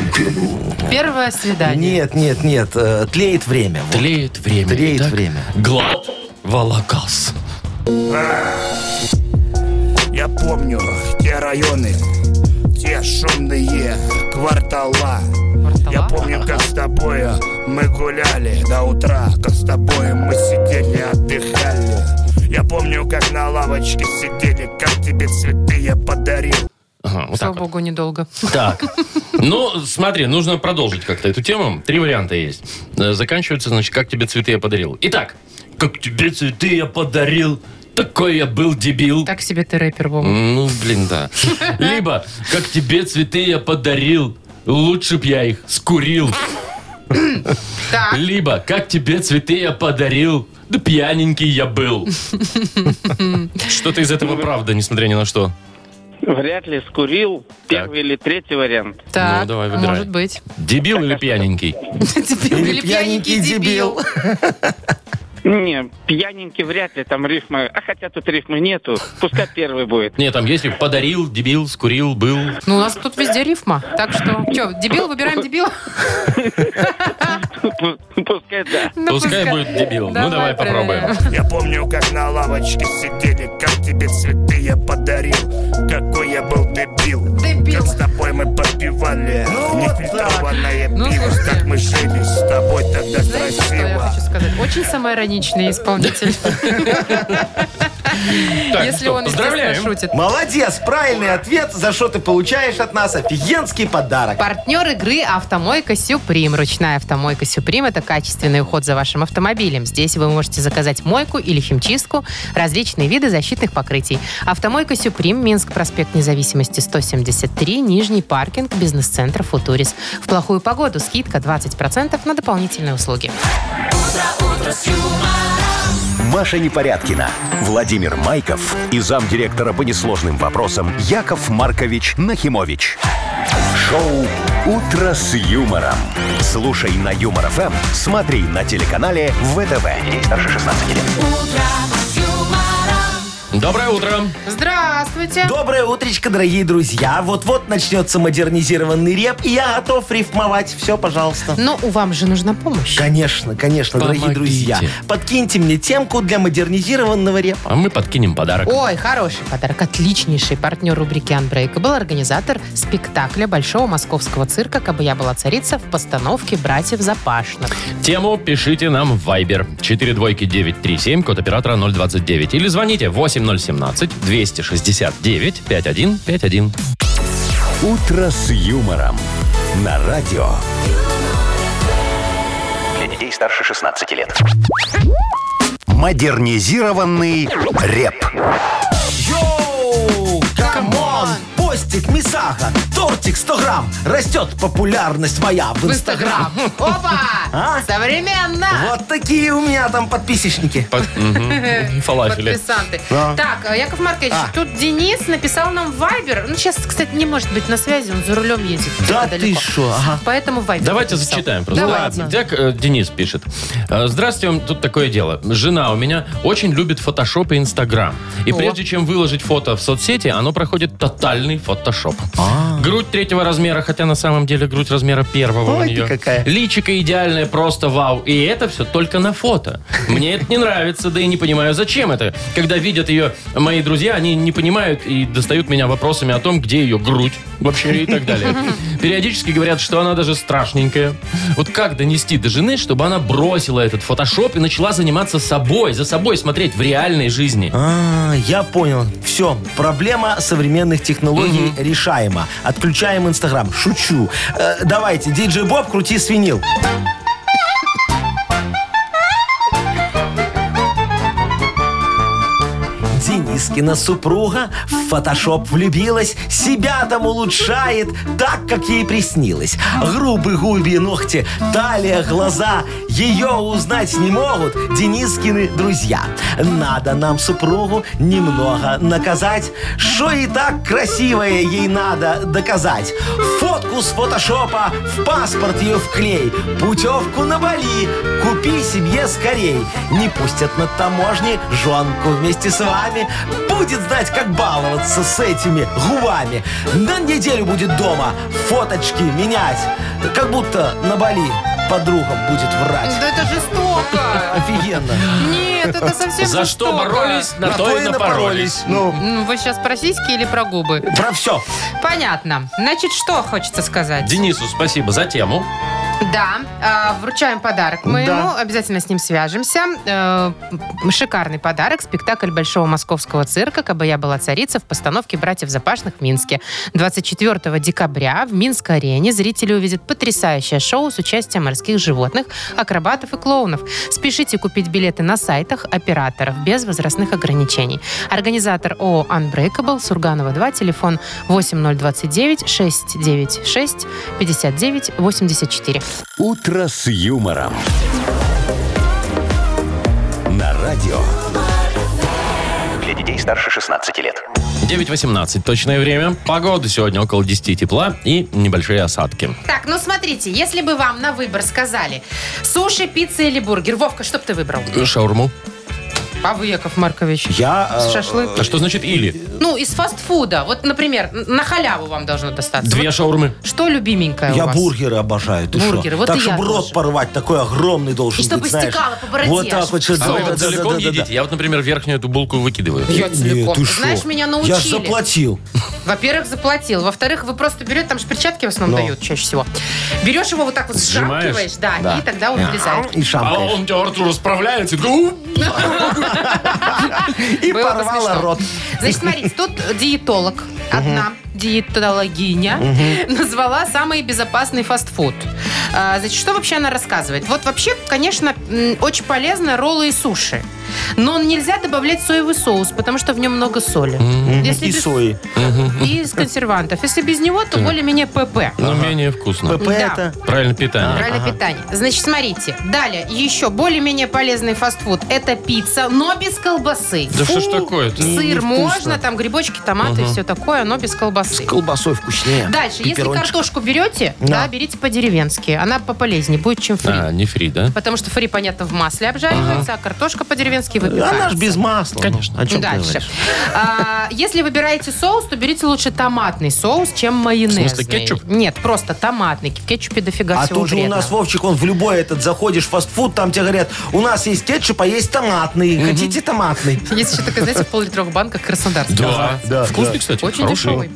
Speaker 3: Первое свидание.
Speaker 4: Нет, нет, нет. э, Тлеет время. Вот.
Speaker 2: Тлеет время.
Speaker 4: Тлеет
Speaker 2: Итак,
Speaker 4: время.
Speaker 2: Глад волокас.
Speaker 9: Я помню те районы, те шумные квартала. Я
Speaker 3: Квартала?
Speaker 9: помню, как с тобой мы гуляли до утра, как с тобой мы сидели, отдыхали. Я помню, как на лавочке сидели, как тебе цветы я подарил.
Speaker 2: Ага, вот
Speaker 3: Слава
Speaker 2: так вот.
Speaker 3: богу, недолго.
Speaker 2: Так. Ну, смотри, нужно продолжить как-то эту тему. Три варианта есть. Э, Заканчиваются, значит, как тебе цветы я подарил. Итак, как тебе цветы я подарил, такой я был дебил.
Speaker 3: Так себе ты рэпер, Вова.
Speaker 2: Ну, блин, да. Либо, как тебе цветы я подарил, лучше б я их скурил.
Speaker 3: Так.
Speaker 2: Либо, как тебе цветы я подарил, Да пьяненький я был. Что-то из этого правда, несмотря ни на что.
Speaker 5: Вряд ли скурил первый или третий вариант.
Speaker 3: Так,
Speaker 2: давай, выбирай.
Speaker 3: может быть.
Speaker 2: Дебил или пьяненький?
Speaker 3: Дебил
Speaker 4: Или пьяненький дебил.
Speaker 5: Не, пьяненький вряд ли, там рифмы. А хотя тут рифмы нету, пускай первый будет.
Speaker 2: Не, там если подарил, дебил, скурил, был.
Speaker 3: Ну, у нас тут везде рифма. Так что, что, дебил, выбираем дебила?
Speaker 5: Пу- Пускай да.
Speaker 3: Ну,
Speaker 2: Пускай будет дебил. Ну, давай попробуем.
Speaker 3: проверяем.
Speaker 9: Я помню, как на лавочке сидели, как тебе цветы я подарил. Какой я был дебил.
Speaker 3: Дебил.
Speaker 9: Как с тобой мы подпевали
Speaker 4: А
Speaker 9: нефильтрованное
Speaker 3: Ну,
Speaker 9: пиво.
Speaker 3: слушайте.
Speaker 9: Как мы жили с тобой тогда
Speaker 3: Знаете, что я
Speaker 9: красиво.
Speaker 3: хочу сказать? Очень самоироничный исполнитель.
Speaker 2: Так,
Speaker 3: Если
Speaker 2: что,
Speaker 3: он, естественно,
Speaker 2: поздравляем.
Speaker 3: шутит.
Speaker 4: Молодец, правильный ответ, за что ты получаешь от нас офигенский подарок.
Speaker 3: Партнер игры «Автомойка Сюприм». Ручная «Автомойка Сюприм» — это качественный уход за вашим автомобилем. Здесь вы можете заказать мойку или химчистку, различные виды защитных покрытий. «Автомойка Сюприм», Минск, проспект Независимости, 173, Нижний паркинг, бизнес-центр «Футурис». В плохую погоду скидка 20% на дополнительные услуги.
Speaker 1: Маша Непорядкина, Владимир Майков и замдиректора по несложным вопросам Яков Маркович Нахимович. Шоу «Утро с юмором». Слушай на Юмор ФМ, смотри на телеканале ВТВ. Ей старше 16 лет.
Speaker 2: Доброе утро.
Speaker 3: Здравствуйте!
Speaker 4: Доброе утречко, дорогие друзья. Вот-вот начнется модернизированный реп, и я готов рифмовать. Все, пожалуйста.
Speaker 3: Но у вам же нужна помощь.
Speaker 4: Конечно, конечно, дорогие
Speaker 2: Помогите.
Speaker 4: друзья. Подкиньте мне темку для модернизированного репа.
Speaker 2: А мы подкинем подарок.
Speaker 3: Ой, хороший подарок. Отличнейший партнер рубрики «Анбрейк» был организатор спектакля Большого московского цирка «Кабы я была царица» в постановке «Братьев Запашных».
Speaker 2: Тему пишите нам в Viber 42937, код оператора 029. Или звоните 8017-269-5151.
Speaker 1: «Утро с юмором» на радио.
Speaker 6: Для детей старше 16 лет.
Speaker 1: Модернизированный реп.
Speaker 4: Йоу, камон! Постик, мисаха, тортик 100 грамм. Растет популярность моя в Инстаграм.
Speaker 3: Опа!
Speaker 4: А?
Speaker 3: Современно!
Speaker 4: Вот такие у меня там подписчики.
Speaker 2: Фалафели.
Speaker 3: Подписанты.
Speaker 4: Да.
Speaker 3: Так, э, Яков Маркович,
Speaker 4: А.
Speaker 3: тут Денис написал нам в Вайбер. Ну, сейчас, кстати, не может быть на связи, он за рулем ездит.
Speaker 4: Да
Speaker 3: где-то
Speaker 4: ты
Speaker 3: далеко.
Speaker 4: шо, ага.
Speaker 3: Поэтому Вайбер.
Speaker 2: Давайте
Speaker 3: написал.
Speaker 2: зачитаем просто.
Speaker 3: Давайте.
Speaker 2: Ладно. Так, э, Денис пишет. Э, Здравствуйте, тут такое дело. Жена у меня очень любит фотошоп и инстаграм. И
Speaker 3: О.
Speaker 2: прежде чем выложить фото в соцсети, оно проходит тотальный фотошоп.
Speaker 4: А.
Speaker 2: Грудь третьего размера, хотя на самом деле грудь размера первого у
Speaker 4: Ой, ты
Speaker 2: нее.
Speaker 4: какая.
Speaker 2: Личико идеальное, просто вау. И это все только на фото. Мне это не нравится, да и не понимаю, зачем это. Когда видят ее мои друзья, они не понимают и достают меня вопросами о том, где ее грудь вообще и так далее. Периодически говорят, что она даже страшненькая. Вот как донести до жены, чтобы она бросила этот фотошоп и начала заниматься собой, за собой смотреть в реальной жизни?
Speaker 4: А, я понял. Все, проблема современных технологий решаема. Отключаем Инстаграм. Шучу. Э, давайте, диджей Боб, крути свинил. Денискина супруга в фотошоп влюбилась, себя там улучшает, так, как ей приснилось. Грубы губи, ногти, талия, глаза. Ее узнать не могут Денискины друзья. Надо нам супругу немного наказать, что и так красивое ей надо доказать. Фотку с фотошопа в паспорт ее вклей. Путевку на Бали купи себе скорей. Не пустят на таможне жонку вместе с вами. Будет знать, как баловаться с этими губами. На неделю будет дома фоточки менять. Как будто на Бали подругам будет врать.
Speaker 3: Да это жестоко!
Speaker 4: Офигенно.
Speaker 3: Нет, это совсем
Speaker 2: За что
Speaker 3: жестоко.
Speaker 2: боролись, на то и напоролись.
Speaker 4: Ну,
Speaker 3: Ну, вы сейчас про сиськи или про губы?
Speaker 4: про все.
Speaker 3: Понятно. Значит, что хочется сказать?
Speaker 2: Денису спасибо за тему.
Speaker 3: Да, а, вручаем подарок мы
Speaker 4: Да.
Speaker 3: ему, обязательно с ним свяжемся. Э, м, Шикарный подарок, спектакль Большого московского цирка «Кабы я была царица» в постановке «Братьев Запашных» в Минске. 24 декабря в Минск-арене зрители увидят потрясающее шоу с участием морских животных, акробатов и клоунов. Спешите купить билеты на сайтах операторов без возрастных ограничений. Организатор ООО Unbreakable, Сурганова 2, телефон 8029 696 59 84.
Speaker 1: «Утро с юмором». На радио.
Speaker 6: Для детей старше 16 лет.
Speaker 2: 9.18 точное время. Погода сегодня около 10 тепла и небольшие осадки.
Speaker 3: Так, ну смотрите, если бы вам на выбор сказали суши, пицца или бургер. Вовка, что бы ты выбрал?
Speaker 2: Шаурму.
Speaker 3: А вы, Яков Маркович?
Speaker 4: Я...
Speaker 3: С
Speaker 4: э,
Speaker 3: шашлык?
Speaker 2: А что значит или?
Speaker 3: Ну, из фастфуда. Вот, например, н- на халяву вам должно достаться.
Speaker 2: Две
Speaker 3: Вот
Speaker 2: шаурмы.
Speaker 3: Что любименькое
Speaker 4: Я
Speaker 3: у вас?
Speaker 4: бургеры обожаю. Ты
Speaker 3: Бургеры,
Speaker 4: шо?
Speaker 3: вот
Speaker 4: так,
Speaker 3: и я
Speaker 4: чтобы рот
Speaker 3: тоже. порвать,
Speaker 4: порвать, такой огромный должен
Speaker 3: И чтобы
Speaker 4: быть, знаешь.
Speaker 3: стекало по бороде
Speaker 4: Вот
Speaker 3: аж.
Speaker 4: так вот. сейчас.
Speaker 2: А вы вот целиком едите? Я вот, например, верхнюю эту булку выкидываю.
Speaker 3: Я целиком.
Speaker 4: ты
Speaker 3: Знаешь,
Speaker 4: шо? Я
Speaker 3: меня
Speaker 4: же
Speaker 3: научили.
Speaker 4: заплатил.
Speaker 3: Во-первых, заплатил. Во-вторых, вы просто берете, там же перчатки в основном дают чаще всего. Берешь его вот так вот,
Speaker 2: Сжимаешь?
Speaker 3: сжимаешь, да, и тогда он вылезает.
Speaker 4: И
Speaker 2: А
Speaker 4: шамкаешь.
Speaker 2: он у тебя, Артур, справляется. и такой, «У,
Speaker 4: И
Speaker 3: Было бы смешно.
Speaker 4: порвала рот.
Speaker 3: Значит, смотрите, тут диетолог, одна диетологиня, назвала самый безопасный фастфуд. А, Значит, что вообще она рассказывает? Вот вообще, конечно, м, очень полезно роллы и суши. Но нельзя добавлять соевый соус, потому что в нем много соли. Если
Speaker 4: И
Speaker 3: без-
Speaker 4: сои.
Speaker 3: И из консервантов. Если без него, то более-менее ПП.
Speaker 2: Ну, менее вкусно.
Speaker 4: ПП
Speaker 3: Да.
Speaker 4: это...
Speaker 2: Правильно питание.
Speaker 3: Правильное питание. Значит, смотрите. Далее, еще более-менее полезный фастфуд. Это пицца, но без колбасы.
Speaker 2: Да что ж такое-то?
Speaker 3: Сыр
Speaker 4: Невкусно.
Speaker 3: можно, там грибочки, томаты, все такое, но без колбасы.
Speaker 4: Колбасой вкуснее.
Speaker 3: Дальше, если
Speaker 4: Пепперончик.
Speaker 3: картошку берете,
Speaker 4: Да.
Speaker 3: да, берите по-деревенски. Она пополезнее будет, чем фри.
Speaker 2: А, не фри, да?
Speaker 3: Потому что фри, понятно, в масле обжаривается, а картошка по-деревенски выпекается.
Speaker 4: Она ж без масла. Конечно. О чем ты
Speaker 3: Дальше.
Speaker 4: говоришь?
Speaker 3: А, если выбираете соус, то берите лучше томатный соус, чем майонезный.
Speaker 2: В смысле, кетчуп?
Speaker 3: Нет, просто томатный. В кетчупе дофига
Speaker 4: А
Speaker 3: всего
Speaker 4: тут же у
Speaker 3: вредного.
Speaker 4: нас, Вовчик, он в любой этот заходишь, фастфуд, там тебе говорят, у нас есть кетчуп, а есть томатный. Хотите томатный?
Speaker 3: Есть еще такая, знаете, в пол-литровых банках Краснодарский.
Speaker 2: Да.
Speaker 4: Да,
Speaker 2: Вкусный,
Speaker 4: да.
Speaker 2: кстати.
Speaker 3: Очень
Speaker 2: хороший.
Speaker 3: дешевый.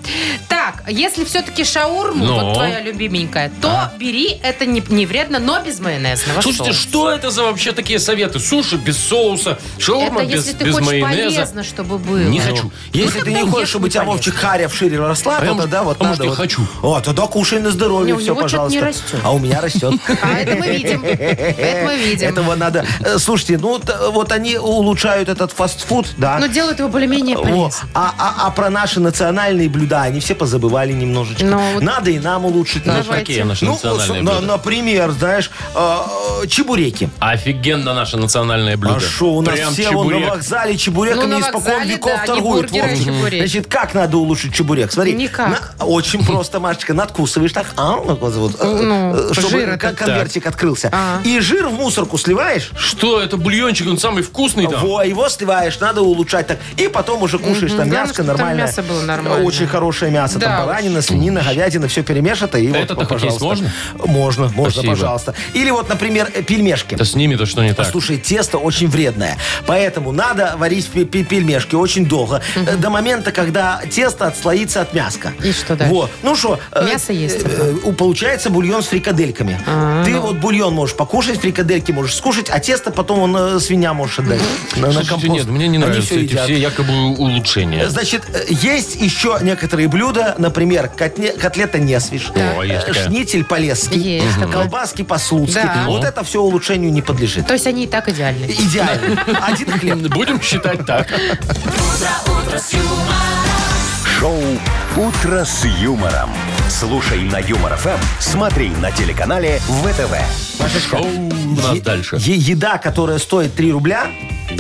Speaker 3: Так, если все-таки шаурму,
Speaker 2: Но.
Speaker 3: вот твоя любименькая, то бери, это не, не вредно, но без майонезного
Speaker 2: Слушайте,
Speaker 3: соуса.
Speaker 2: что это за вообще такие советы? Суши без соуса, шаурма
Speaker 3: Это
Speaker 2: без,
Speaker 3: если ты
Speaker 2: без
Speaker 3: хочешь
Speaker 2: майонеза.
Speaker 3: полезно, чтобы было.
Speaker 2: Не хочу.
Speaker 4: Если
Speaker 3: Ну,
Speaker 4: ты
Speaker 3: тогда
Speaker 4: не
Speaker 3: ешь
Speaker 4: хочешь, чтобы у тебя,
Speaker 3: непонятно.
Speaker 4: Вовчик, харя в шире росла,
Speaker 2: А я,
Speaker 4: то
Speaker 2: может,
Speaker 4: тогда вот
Speaker 2: а может,
Speaker 4: надо
Speaker 2: я
Speaker 4: вот-
Speaker 2: хочу.
Speaker 4: О, тогда кушай на здоровье,
Speaker 3: Не, у
Speaker 4: все,
Speaker 3: него что-то
Speaker 4: пожалуйста.
Speaker 3: не растет.
Speaker 4: А у меня растет.
Speaker 3: А это мы видим. Это мы видим.
Speaker 4: Этого надо... Э, Слушайте, ну т- вот они улучшают этот фастфуд, да.
Speaker 3: Но делают его более-менее
Speaker 4: Во.
Speaker 3: полезным.
Speaker 4: А, а- а про наши национальные блюда они все позабывали немножечко.
Speaker 3: Ну, вот-
Speaker 4: Надо и нам улучшить наши.
Speaker 3: Давайте.
Speaker 2: Какие наши
Speaker 4: Ну,
Speaker 2: национальные
Speaker 4: с- на-
Speaker 2: блюда?
Speaker 4: например, знаешь, э, чебуреки.
Speaker 2: Офигенно наше национальное блюдо.
Speaker 4: А что, у нас
Speaker 2: Прям
Speaker 4: все вон на
Speaker 2: чебурек.
Speaker 4: вокзале чебуреками
Speaker 3: Ну, на
Speaker 4: испокон
Speaker 3: вокзале,
Speaker 4: веков
Speaker 3: да, не
Speaker 4: торгуют.
Speaker 3: бургеры, а
Speaker 4: Вовчик.
Speaker 3: чебуреки.
Speaker 4: Значит, как надо улучшить чебурек? Смотри.
Speaker 3: Никак.
Speaker 4: на- очень просто, Машечка, надкусываешь так, а, вот, вот, э,
Speaker 3: Ну,
Speaker 4: э, чтобы
Speaker 3: жир
Speaker 4: кон-
Speaker 3: этот, А.
Speaker 4: конвертик открылся.
Speaker 3: Ага.
Speaker 4: И жир в мусорку сливаешь,
Speaker 2: Что, это бульончик, он самый вкусный там?
Speaker 4: Во, его сливаешь, надо улучшать так. И потом уже кушаешь там
Speaker 3: Главное,
Speaker 4: мяско
Speaker 3: чтобы там
Speaker 4: нормальное.
Speaker 3: мясо было нормальное.
Speaker 4: Очень хорошее мясо.
Speaker 3: Да
Speaker 4: Там
Speaker 3: уж.
Speaker 4: баранина, свинина, говядина, все перемешато. И
Speaker 2: Это-то
Speaker 4: вот, вот,
Speaker 2: как есть
Speaker 4: пожалуйста.
Speaker 2: можно?
Speaker 4: Можно, можно,
Speaker 2: Спасибо.
Speaker 4: пожалуйста. Или вот, например, э, пельмешки.
Speaker 2: Да с ними-то что не так?
Speaker 4: Слушай, тесто очень вредное. Поэтому надо варить пе- пе- пельмешки очень долго. э, До момента, когда тесто отслоится от мяска.
Speaker 3: И что дальше?
Speaker 4: Вот. Ну что? э,
Speaker 3: Мясо есть. А, ну.
Speaker 4: э, э, Получается бульон с фрикадельками. Ты вот бульон можешь покушать, фрикадельки можешь скушать, а тесто потом он э, свинья можешь отдать. на- ну, на
Speaker 2: Слушайте,
Speaker 4: компост.
Speaker 2: нет, мне не
Speaker 4: Они
Speaker 2: нравятся
Speaker 4: всё
Speaker 2: эти
Speaker 4: едят.
Speaker 2: все якобы улучшения.
Speaker 4: Значит, э, есть еще некоторые блюда, например, котне- котлета несвиш,
Speaker 2: О, есть такая.
Speaker 4: шнитель полесский,
Speaker 3: Есть такое.
Speaker 4: колбаски по-слуцки.
Speaker 3: Да.
Speaker 4: Вот это все улучшению не подлежит.
Speaker 3: То есть они и так идеальны.
Speaker 4: Идеально. Один хлеб.
Speaker 2: Будем считать так.
Speaker 1: Шоу «Утро с юмором». Слушай на Юмор ФМ, смотри на телеканале ВТВ.
Speaker 2: Шоу у нас
Speaker 4: Е-
Speaker 2: дальше.
Speaker 4: е- еда, которая стоит 3 рубля,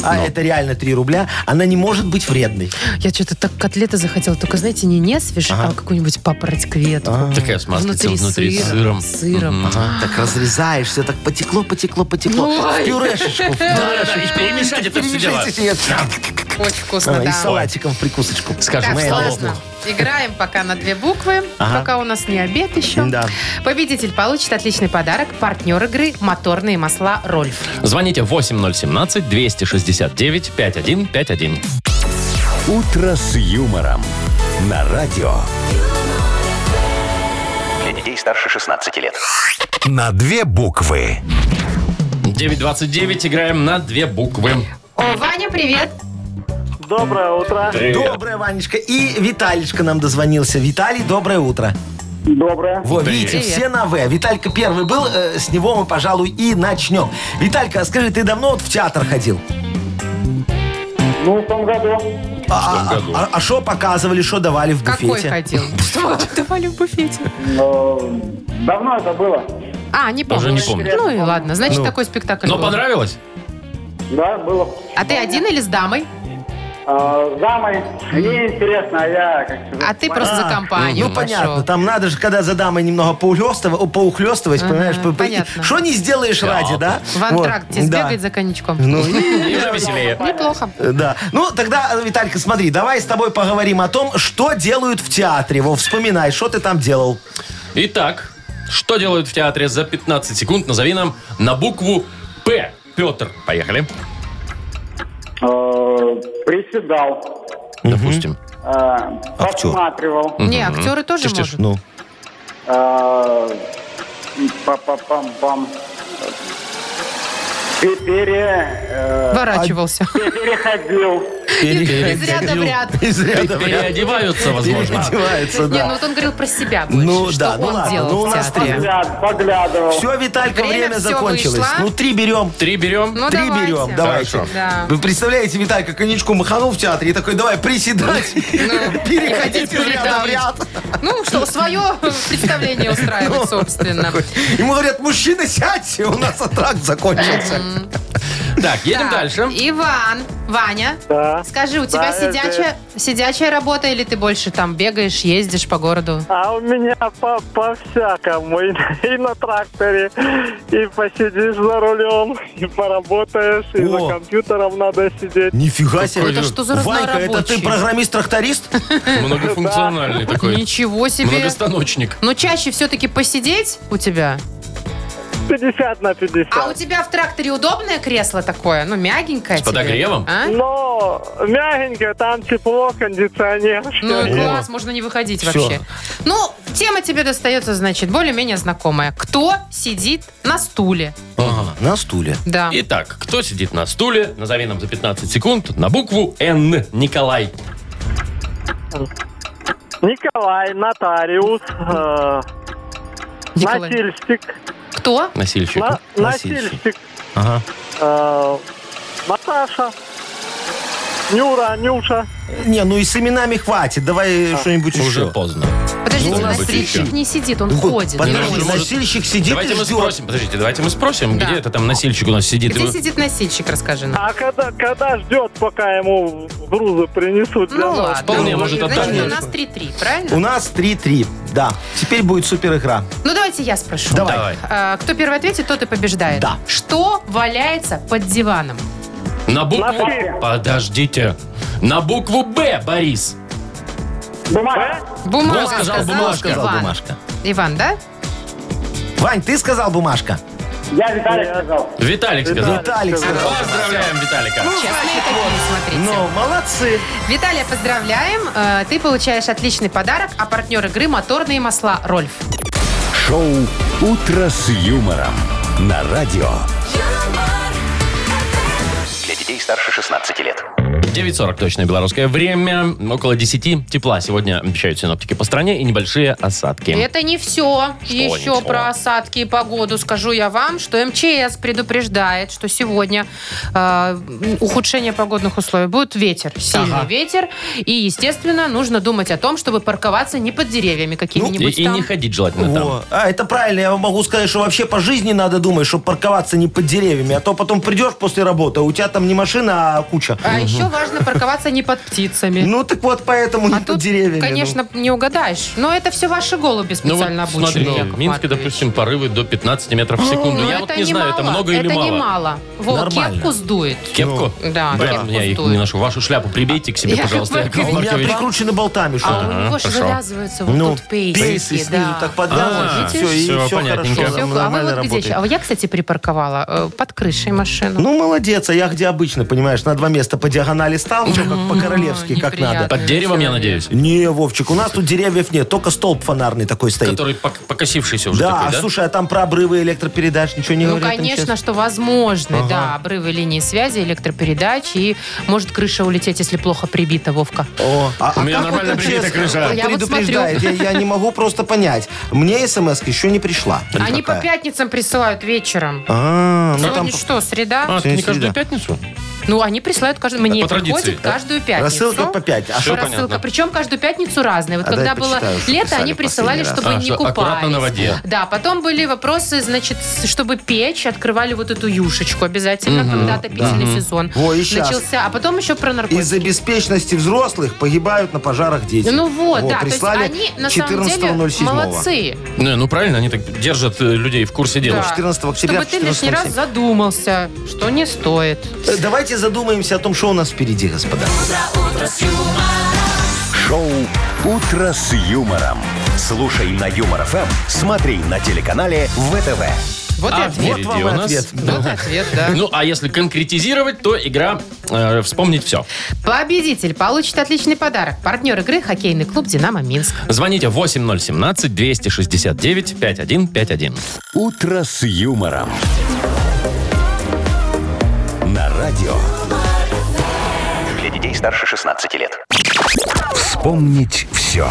Speaker 4: а это реально 3 рубля, она не может быть вредной.
Speaker 3: Я что-то так котлеты захотела. Только, знаете, не несвиш, а какую-нибудь попрать кветку.
Speaker 2: Такая с маслицем
Speaker 3: Внутри,
Speaker 2: внутри, с сыром.
Speaker 3: сыром. с сыром.
Speaker 4: Так разрезаешь, все так потекло, потекло, потекло. В пюрешечку, в пюрешечку.
Speaker 2: перемешать это все дела.
Speaker 4: Перемешайте ее.
Speaker 3: Очень вкусно,
Speaker 4: А, И
Speaker 3: да.
Speaker 4: с салатиком в прикусочку.
Speaker 2: Скажем,
Speaker 3: Так,
Speaker 2: в
Speaker 3: классно.
Speaker 2: столовку.
Speaker 3: Играем пока на две буквы, пока у нас не обед еще.
Speaker 4: Да.
Speaker 3: Победитель получит отличный подарок. Партнер игры «Моторные масла Рольф».
Speaker 2: Звоните 8017-269-5151.
Speaker 1: «Утро с юмором» на радио.
Speaker 6: Для детей старше 16 лет.
Speaker 1: На две буквы.
Speaker 2: 929 играем на две буквы.
Speaker 3: О, Ваня, привет.
Speaker 7: Доброе утро.
Speaker 4: Доброе, Ванечка. И Виталичка нам дозвонился. Виталий, доброе утро.
Speaker 7: Доброе.
Speaker 4: Вот, видите,
Speaker 3: Привет.
Speaker 4: все на «В». Виталька первый был, э, с него мы, пожалуй, и начнем. Виталька, скажи, ты давно вот в театр ходил?
Speaker 7: Ну, в том году.
Speaker 4: А
Speaker 2: году?
Speaker 4: а- а что показывали, что давали в буфете?
Speaker 3: Какой ходил? Что вы давали в буфете?
Speaker 10: Ну,
Speaker 7: Э, Давно это было.
Speaker 3: А, не помню.
Speaker 2: Уже не помню.
Speaker 4: Ну.
Speaker 3: Ну и ладно, значит, такой спектакль
Speaker 2: Но
Speaker 3: был.
Speaker 2: понравилось?
Speaker 10: Да, было.
Speaker 3: А ты один или с дамой?
Speaker 10: А, с дамой. Мне интересно, а я как сказать,
Speaker 3: А ты просто за компанию
Speaker 4: Ну,
Speaker 3: пошел.
Speaker 4: понятно, там надо же, когда за дамой немного поухлёстыв- о, поухлёстывать,
Speaker 3: Ага,
Speaker 4: понимаешь, по- по-
Speaker 3: понятно.
Speaker 4: что не сделаешь ради, да?
Speaker 3: В антракт тебе
Speaker 4: да.
Speaker 3: сбегать за коньячком.
Speaker 4: Ну,
Speaker 2: И уже веселее.
Speaker 3: Неплохо.
Speaker 4: Да. Ну, тогда, э, Виталька, смотри, давай с тобой поговорим о том, что делают в театре. Во, вспоминай, что ты там делал.
Speaker 2: Итак, что делают в театре за 15 секунд? Назови нам на букву «П». Петр, поехали.
Speaker 10: э, приседал,
Speaker 2: Допустим.
Speaker 10: э,
Speaker 9: А,
Speaker 2: А
Speaker 4: Актер.
Speaker 10: подсматривал.
Speaker 3: Не, актеры тоже
Speaker 2: Тише-тише.
Speaker 3: может.
Speaker 4: Ну,
Speaker 10: э, Па-па-пам-пам. Пе- пере,
Speaker 4: а-
Speaker 10: э,
Speaker 3: Ворачивался.
Speaker 10: Переходил.
Speaker 3: Из ряда в ряд.
Speaker 4: из ряда в ряд
Speaker 2: Переодеваются, возможно.
Speaker 4: переодевается,
Speaker 3: Не, ну
Speaker 4: да.
Speaker 3: вот он говорил про себя больше.
Speaker 4: Ну
Speaker 3: что
Speaker 4: да, ну
Speaker 3: он
Speaker 4: ладно,
Speaker 3: делал
Speaker 4: ну у
Speaker 3: в
Speaker 4: нас
Speaker 3: театре.
Speaker 4: три.
Speaker 10: Взгляд, Поглядывал.
Speaker 4: Все, Виталька,
Speaker 3: Время
Speaker 4: время,
Speaker 3: всё
Speaker 4: закончилось.
Speaker 3: вышло.
Speaker 4: Ну, три берем.
Speaker 2: Три берем.
Speaker 3: Ну,
Speaker 4: три
Speaker 3: давайте.
Speaker 4: берем, давайте.
Speaker 2: Хорошо.
Speaker 3: Да.
Speaker 4: Вы представляете, Виталька коньячку маханул в театре и такой, давай приседать,
Speaker 3: Ну,
Speaker 4: переходить из ряда в
Speaker 3: передавить.
Speaker 4: ряд.
Speaker 3: Ну что, свое представление устраивать, собственно.
Speaker 4: Ему говорят, мужчина, сядьте, у нас аттракт закончился.
Speaker 2: Так, едем
Speaker 3: Так,
Speaker 2: дальше.
Speaker 3: Иван, Ваня,
Speaker 7: Да.
Speaker 3: скажи, у тебя
Speaker 7: Да, это-
Speaker 3: сидячая, сидячая работа или ты больше там бегаешь, ездишь по городу?
Speaker 7: А у меня по, по всякому. И, на- и на тракторе, и посидишь за рулем, и поработаешь, и
Speaker 4: О.
Speaker 7: за компьютером надо сидеть.
Speaker 4: Нифига себе.
Speaker 3: Это что за
Speaker 4: Ванька, это ты
Speaker 3: разнорабочий?
Speaker 4: программист-тракторист?
Speaker 2: Многофункциональный такой.
Speaker 3: Ничего Э, себе.
Speaker 2: Многостаночник.
Speaker 3: Но чаще все-таки посидеть у тебя.
Speaker 7: 50 на 50.
Speaker 3: А у тебя в тракторе удобное кресло такое? Ну, мягенькое
Speaker 2: С
Speaker 3: тебе?
Speaker 2: подогревом?
Speaker 3: А?
Speaker 7: Но мягенько, Ну, там тепло, кондиционер.
Speaker 3: Ну, и
Speaker 7: всё.
Speaker 3: класс, можно не выходить
Speaker 4: Всё.
Speaker 3: вообще. Ну, тема тебе достается, значит, более-менее знакомая. Кто сидит на стуле?
Speaker 4: Ага, на стуле.
Speaker 3: Да.
Speaker 2: Итак, кто сидит на стуле? Назови нам за 15 секунд на букву «Н». Николай.
Speaker 7: Николай, нотариус, э,
Speaker 3: Николай.
Speaker 7: носильщик,
Speaker 3: Кто?
Speaker 2: Носильщик.
Speaker 7: на-
Speaker 4: носильщик.
Speaker 7: носильщик,
Speaker 4: Ага.
Speaker 7: э, Наташа, Нюра, Нюша.
Speaker 4: Не, ну и с именами хватит.
Speaker 7: А.
Speaker 4: Давай что-нибудь
Speaker 2: Уже
Speaker 4: еще.
Speaker 2: поздно.
Speaker 3: Подождите,
Speaker 2: Должен быть
Speaker 3: носильщик
Speaker 2: еще.
Speaker 3: не сидит, он
Speaker 4: Ну,
Speaker 3: ходит.
Speaker 4: потому
Speaker 2: Ну,
Speaker 4: что
Speaker 2: может,
Speaker 4: носильщик сидит
Speaker 2: Давайте
Speaker 4: и
Speaker 2: мы
Speaker 4: ждет.
Speaker 2: спросим, подождите, давайте мы спросим,
Speaker 3: Да.
Speaker 2: где это там носильщик у нас сидит.
Speaker 3: Где сидит носильщик, расскажи нам.
Speaker 7: А когда, когда ждет, пока ему грузы принесут для
Speaker 3: Ну
Speaker 7: нас?
Speaker 3: ладно.
Speaker 2: вполне может
Speaker 3: Значит, у
Speaker 2: отдохнуть.
Speaker 3: нас 3-3,
Speaker 4: У
Speaker 3: правильно?
Speaker 4: нас 3-3. Да. Теперь будет супер игра.
Speaker 3: Ну, давайте я спрошу.
Speaker 4: Давай.
Speaker 2: Давай.
Speaker 3: А, Кто первый ответит, тот и побеждает.
Speaker 4: Да.
Speaker 3: Что валяется под диваном?
Speaker 2: На букву...
Speaker 7: Носки.
Speaker 2: Подождите. На букву «Б», Борис.
Speaker 7: Бумага.
Speaker 3: Бумага.
Speaker 2: Он сказал бумажка.
Speaker 3: Иван.
Speaker 4: Сказал бумажка.
Speaker 3: Иван, да?
Speaker 4: Вань, ты сказал бумажка?
Speaker 10: Я Виталий сказал.
Speaker 2: Виталик сказал.
Speaker 4: Виталик сказал.
Speaker 2: Поздравляем Виталика.
Speaker 3: Честные такие, смотрите.
Speaker 4: Ну, молодцы.
Speaker 3: Виталия, поздравляем. Э, Ты получаешь отличный подарок, а партнер игры «Моторные масла Рольф».
Speaker 1: Шоу «Утро с юмором» на радио.
Speaker 6: Для детей старше 16 лет.
Speaker 2: 9.40 точное белорусское время. Около 10 тепла сегодня обещают синоптики по стране и небольшие осадки.
Speaker 3: Это не все. Еще
Speaker 2: не всё?
Speaker 3: про осадки и погоду скажу я вам, что МЧС предупреждает, что сегодня э, ухудшение погодных условий будет ветер, сильный
Speaker 2: Ага.
Speaker 3: ветер, и естественно нужно думать о том, чтобы парковаться не под деревьями
Speaker 2: И,
Speaker 3: какими-нибудь
Speaker 2: Ну, и
Speaker 3: там.
Speaker 2: не ходить желательно там.
Speaker 4: Во. А, это правильно. Я вам могу сказать, что вообще по жизни надо думать, чтобы парковаться не под деревьями. А то потом придешь после работы, а у тебя там не машина, а куча.
Speaker 3: А еще важно парковаться не под птицами.
Speaker 4: Ну, так вот, поэтому не
Speaker 3: а
Speaker 4: под
Speaker 3: тут,
Speaker 4: деревьями. ну.
Speaker 3: конечно, не угадаешь. Но это все ваши голуби
Speaker 2: Ну вот
Speaker 3: специально обучены.
Speaker 2: смотри,
Speaker 3: Яков
Speaker 2: в Минске,
Speaker 3: Маркович.
Speaker 2: допустим, порывы до 15 метров в секунду.
Speaker 3: Ну,
Speaker 2: Я вот не знаю, это
Speaker 3: мало,
Speaker 2: много или
Speaker 3: это
Speaker 2: мало.
Speaker 3: не мало. Во,
Speaker 4: Нормально.
Speaker 3: кепку сдует.
Speaker 2: Кепку?
Speaker 4: Ну.
Speaker 3: Да,
Speaker 2: Блин,
Speaker 3: кепку
Speaker 2: я их
Speaker 3: сдует.
Speaker 2: не ношу. Вашу шляпу прибейте к себе,
Speaker 3: Яков
Speaker 2: пожалуйста,
Speaker 4: А У
Speaker 2: Яков
Speaker 3: Маркович.
Speaker 4: меня
Speaker 2: Маркович.
Speaker 4: прикручены болтами
Speaker 3: А у
Speaker 4: что-то.
Speaker 3: него же
Speaker 2: хорошо.
Speaker 3: завязываются вот тут пейсы. да.
Speaker 4: снизу Ну, так подвязаны,
Speaker 2: А,
Speaker 4: все,
Speaker 2: всё,
Speaker 4: и все
Speaker 2: понятненько.
Speaker 4: хорошо,
Speaker 3: Всё,
Speaker 4: там
Speaker 3: а вы
Speaker 4: нормально
Speaker 3: вот где
Speaker 4: работает.
Speaker 3: еще? А вот я, кстати, припарковала э, под крышей машину.
Speaker 4: Ну, молодец, а я где обычно, понимаешь, на два места по диагонали стал, всё как по-королевски, как
Speaker 3: неприятно.
Speaker 4: надо.
Speaker 2: Под деревом, я надеюсь.
Speaker 4: Не, Вовчик, у нас тут деревьев нет, только столб фонарный такой стоит.
Speaker 2: Который пок- покосившийся уже
Speaker 4: Да,
Speaker 2: такой,
Speaker 4: а
Speaker 2: да?
Speaker 4: слушай, а там про обрывы электропередач ничего не
Speaker 3: Ну,
Speaker 4: говорят? им
Speaker 3: конечно,
Speaker 4: сейчас?
Speaker 3: что возможны, да, обрывы линии связи, электропередач, и может крыша улететь, если плохо прибита, Вовка.
Speaker 4: О, а,
Speaker 2: У меня
Speaker 4: как вот
Speaker 2: нормально
Speaker 4: МЧС
Speaker 2: прибита крыша.
Speaker 4: вот
Speaker 3: Я вот
Speaker 4: предупреждает? я, я не могу просто понять. Мне смс еще не пришла.
Speaker 3: Они
Speaker 4: Никакая.
Speaker 3: по пятницам присылают вечером.
Speaker 4: А, ну
Speaker 3: Сегодня
Speaker 4: там... Ну,
Speaker 3: что, среда?
Speaker 2: А, ты не каждую
Speaker 4: Сегодня среда.
Speaker 2: пятницу?
Speaker 3: Ну, они присылают каждую... Мне
Speaker 2: По традиции.
Speaker 3: приходит каждую пятницу.
Speaker 4: Рассылка по пять. А
Speaker 2: Всё
Speaker 4: что?
Speaker 2: понятно.
Speaker 3: Рассылка. Причем каждую пятницу разные. Вот
Speaker 4: А
Speaker 3: когда
Speaker 4: дай
Speaker 3: было
Speaker 4: почитаю, что
Speaker 3: лето,
Speaker 4: писали
Speaker 3: они присылали,
Speaker 4: последний раз.
Speaker 3: чтобы
Speaker 2: А,
Speaker 3: не
Speaker 2: что,
Speaker 3: купались.
Speaker 2: аккуратно на воде.
Speaker 3: Да, потом были вопросы, значит, с- чтобы печь, открывали вот эту юшечку обязательно, когда отопительный сезон
Speaker 4: Во, и щас.
Speaker 3: начался. А потом еще про наркотики.
Speaker 4: Из-за беспечности взрослых погибают на пожарах дети.
Speaker 3: Ну вот,
Speaker 4: Во,
Speaker 3: да. То есть
Speaker 4: Прислали
Speaker 3: они на самом деле
Speaker 4: 14.07.
Speaker 3: молодцы.
Speaker 2: Ну, ну, правильно, они так держат э, людей в курсе дела.
Speaker 3: Да.
Speaker 4: 14 октября
Speaker 3: Чтобы ты лишний раз
Speaker 4: 14.07.
Speaker 3: задумался, что не стоит.
Speaker 4: Э, Давайте задумаемся о том, что у нас впереди, господа.
Speaker 1: Шоу «Утро с юмором». Слушай на Юмор ФМ, смотри на телеканале ВТВ.
Speaker 3: Вот
Speaker 2: А
Speaker 3: и ответ.
Speaker 2: впереди
Speaker 4: Вот вам
Speaker 2: у
Speaker 4: и
Speaker 2: нас...
Speaker 4: ответ.
Speaker 3: Вот ответ, да.
Speaker 2: Ну, а если конкретизировать, то игра э, «Вспомнить все».
Speaker 3: Победитель получит отличный подарок. Партнер игры – хоккейный клуб «Динамо Минск».
Speaker 2: Звоните 8017-269-5151.
Speaker 1: «Утро с юмором». На радио
Speaker 6: Для детей старше 16 лет.
Speaker 1: «Вспомнить все».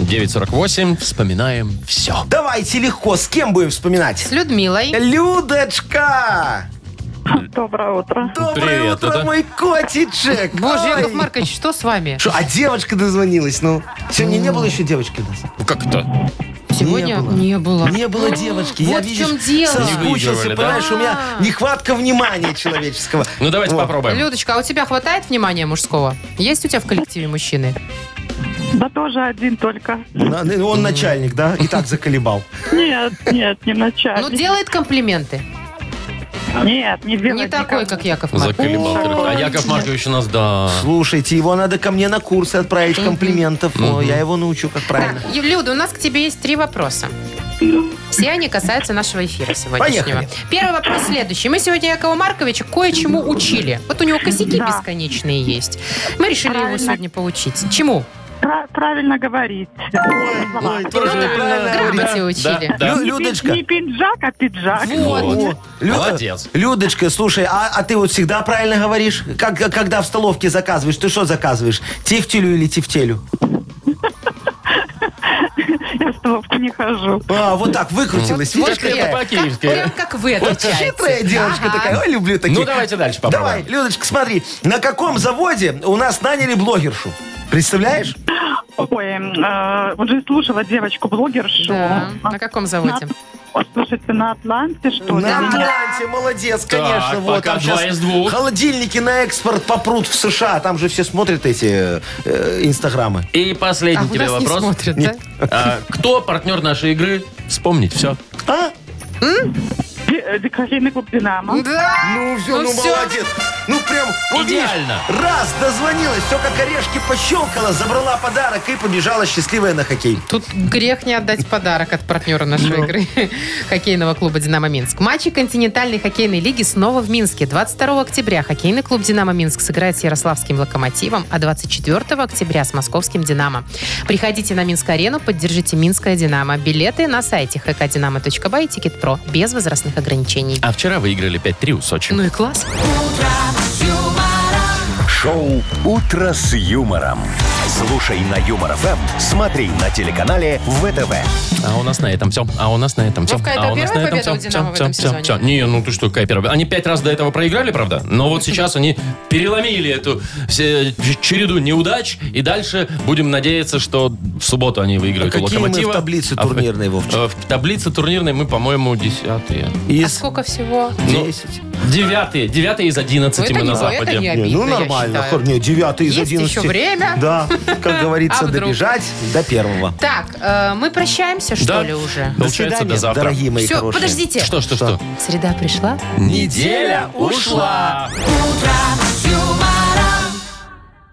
Speaker 2: 948. Вспоминаем все.
Speaker 4: Давайте легко. С кем будем вспоминать?
Speaker 3: С Людмилой.
Speaker 4: Людочка!
Speaker 8: Доброе утро.
Speaker 4: Доброе
Speaker 2: Привет,
Speaker 4: утро,
Speaker 2: это-
Speaker 4: мой котичек!
Speaker 3: Боже,
Speaker 4: Ой.
Speaker 3: Яков Маркович, что с вами?
Speaker 4: Шо, а девочка дозвонилась, ну. Сегодня не было еще девочки у нас?
Speaker 2: Как это?
Speaker 3: Сегодня
Speaker 4: было.
Speaker 3: не было.
Speaker 4: Не было девочки.
Speaker 3: Вот
Speaker 4: Я,
Speaker 3: в
Speaker 4: видишь,
Speaker 3: чем дело.
Speaker 2: Не
Speaker 4: соскучился,
Speaker 2: выигрывали, да?
Speaker 4: понимаешь, у меня нехватка внимания человеческого.
Speaker 2: Ну, давайте
Speaker 4: Вот.
Speaker 2: попробуем.
Speaker 3: Людочка, а у тебя хватает внимания мужского? Есть у тебя в коллективе мужчины?
Speaker 8: Да тоже один только.
Speaker 4: На- на- Он начальник, да? И так заколебал.
Speaker 8: Нет, нет, не
Speaker 3: Ну,
Speaker 8: начальник.
Speaker 3: делает комплименты.
Speaker 8: Нет, не делай.
Speaker 3: Не такой, как Яков Маркович.
Speaker 2: Заколебал.
Speaker 8: Ой,
Speaker 2: А Яков Маркович у нас, да.
Speaker 4: Слушайте, его надо ко мне на курсы отправить комплиментов. О, я его научу, как правильно.
Speaker 3: Так, Люда, у нас к тебе есть три вопроса. Все они касаются нашего эфира сегодняшнего.
Speaker 4: Поехали.
Speaker 3: Первый вопрос следующий. Мы сегодня Якова Марковича кое-чему учили. Вот у него косяки
Speaker 8: Да.
Speaker 3: бесконечные есть. Мы решили его
Speaker 8: Правильно.
Speaker 3: сегодня поучить. Чему?
Speaker 8: Пра- правильно говорить. Слова.
Speaker 4: Ой, тоже
Speaker 3: Ну да,
Speaker 4: правильно
Speaker 3: грамоте
Speaker 4: говорит.
Speaker 3: учили.
Speaker 2: да.
Speaker 4: Лю-
Speaker 8: Не пи-
Speaker 4: Людочка.
Speaker 8: Не пиджак, а пиджак.
Speaker 2: Вот.
Speaker 4: О, Лю-
Speaker 2: Молодец.
Speaker 4: Людочка, слушай, а, а ты вот всегда правильно говоришь? Как, а когда в столовке заказываешь, ты что заказываешь? Тефтелю или тефтелю?
Speaker 8: Я в столовку не хожу.
Speaker 4: А, вот так выкрутилась.
Speaker 3: Вот
Speaker 4: Видишь,
Speaker 3: прям
Speaker 4: какая?
Speaker 3: как-
Speaker 2: по-киевски.
Speaker 3: Прям как вы
Speaker 4: Вот
Speaker 3: отвечаете.
Speaker 4: хитрая девочка
Speaker 3: Ага.
Speaker 4: такая. Ой, люблю такие.
Speaker 2: Ну, давайте дальше попробуем.
Speaker 4: Давай, Людочка, смотри. На каком заводе у нас наняли блогершу? Представляешь?
Speaker 8: Ой, э, вот же слушала девочку-блогершу.
Speaker 3: Да.
Speaker 8: А,
Speaker 3: На каком заводе?
Speaker 8: о, Слушайте, на Атланте, что ли?
Speaker 4: На
Speaker 8: Ну,
Speaker 4: Атланте, молодец, конечно.
Speaker 2: Так,
Speaker 4: вот,
Speaker 2: пока
Speaker 4: там
Speaker 2: два
Speaker 4: щас
Speaker 2: из двух.
Speaker 4: Холодильники на экспорт попрут в США. Там же все смотрят эти э, инстаграмы.
Speaker 2: И
Speaker 3: А
Speaker 2: последний
Speaker 3: у
Speaker 2: тебе
Speaker 3: нас не
Speaker 2: вопрос.
Speaker 3: смотрят, да?
Speaker 2: А, кто партнер нашей игры? Вспомнить все.
Speaker 4: А?
Speaker 8: ди- э, ди- Кофейный клуб «Динамо».
Speaker 3: Да.
Speaker 4: Ну все,
Speaker 3: Ну
Speaker 4: ну,
Speaker 3: всё.
Speaker 4: молодец. Ну прям, вот видишь,
Speaker 2: Идеально.
Speaker 4: раз дозвонилась, все как орешки пощелкала, забрала подарок и побежала счастливая на хоккей.
Speaker 3: Тут грех не отдать подарок от партнера
Speaker 4: Ну.
Speaker 3: нашей игры хоккейного клуба «Динамо Минск». Матчи континентальной хоккейной лиги снова в Минске. 22 октября хоккейный клуб «Динамо Минск» сыграет с Ярославским «Локомотивом», а 24 октября с московским «Динамо». Приходите на Минск-арену, поддержите «Минское Динамо». Билеты на сайте hkdinamo.by и «Тикет.Про» без возрастных ограничений.
Speaker 2: А вчера выиграли 5-3 у Сочи.
Speaker 3: Ну и класс.
Speaker 1: Шоу «Утро с юмором». Слушай на Юмор ФМ, смотри на телеканале ВТВ.
Speaker 2: А у нас на этом все. А у нас на этом все.
Speaker 3: Вовка, это
Speaker 2: а у нас
Speaker 3: первая победа у
Speaker 2: всё, всё,
Speaker 3: «Динамо» в этом
Speaker 2: всё,
Speaker 3: сезоне?
Speaker 2: всё. Не, ну ты что, какая первая? Они пять раз до этого проиграли, правда? Но вот сейчас они переломили эту все- череду неудач. И дальше будем надеяться, что в субботу они выиграют
Speaker 4: А
Speaker 2: у
Speaker 4: какие мы в
Speaker 2: Локомотива.
Speaker 4: таблице
Speaker 2: А в-
Speaker 4: турнирной, Вовчик?
Speaker 2: э, В таблице турнирной мы, по-моему, десятые.
Speaker 4: И
Speaker 3: А сколько всего?
Speaker 2: Ну,
Speaker 4: 10.
Speaker 2: Девятые. Девятые из
Speaker 3: Ну,
Speaker 2: одиннадцати мы
Speaker 3: это
Speaker 2: на
Speaker 3: не- это не
Speaker 2: Западе.
Speaker 3: обидно,
Speaker 4: Не, ну
Speaker 3: я
Speaker 4: нормально.
Speaker 3: считаю.
Speaker 4: Хор- Не, девятый из
Speaker 3: Есть
Speaker 4: одиннадцати.
Speaker 3: еще время.
Speaker 4: Да, как
Speaker 3: А
Speaker 4: говорится,
Speaker 3: вдруг?
Speaker 4: добежать до первого.
Speaker 3: Так, э, мы прощаемся, что
Speaker 2: Да.
Speaker 3: ли, уже?
Speaker 4: До
Speaker 2: Получается, до
Speaker 4: свидания,
Speaker 2: завтра.
Speaker 4: дорогие мои
Speaker 3: Все,
Speaker 4: хорошие.
Speaker 3: подождите.
Speaker 2: Что, что, что?
Speaker 3: Среда пришла?
Speaker 2: Неделя ушла.
Speaker 3: Утро с юмором.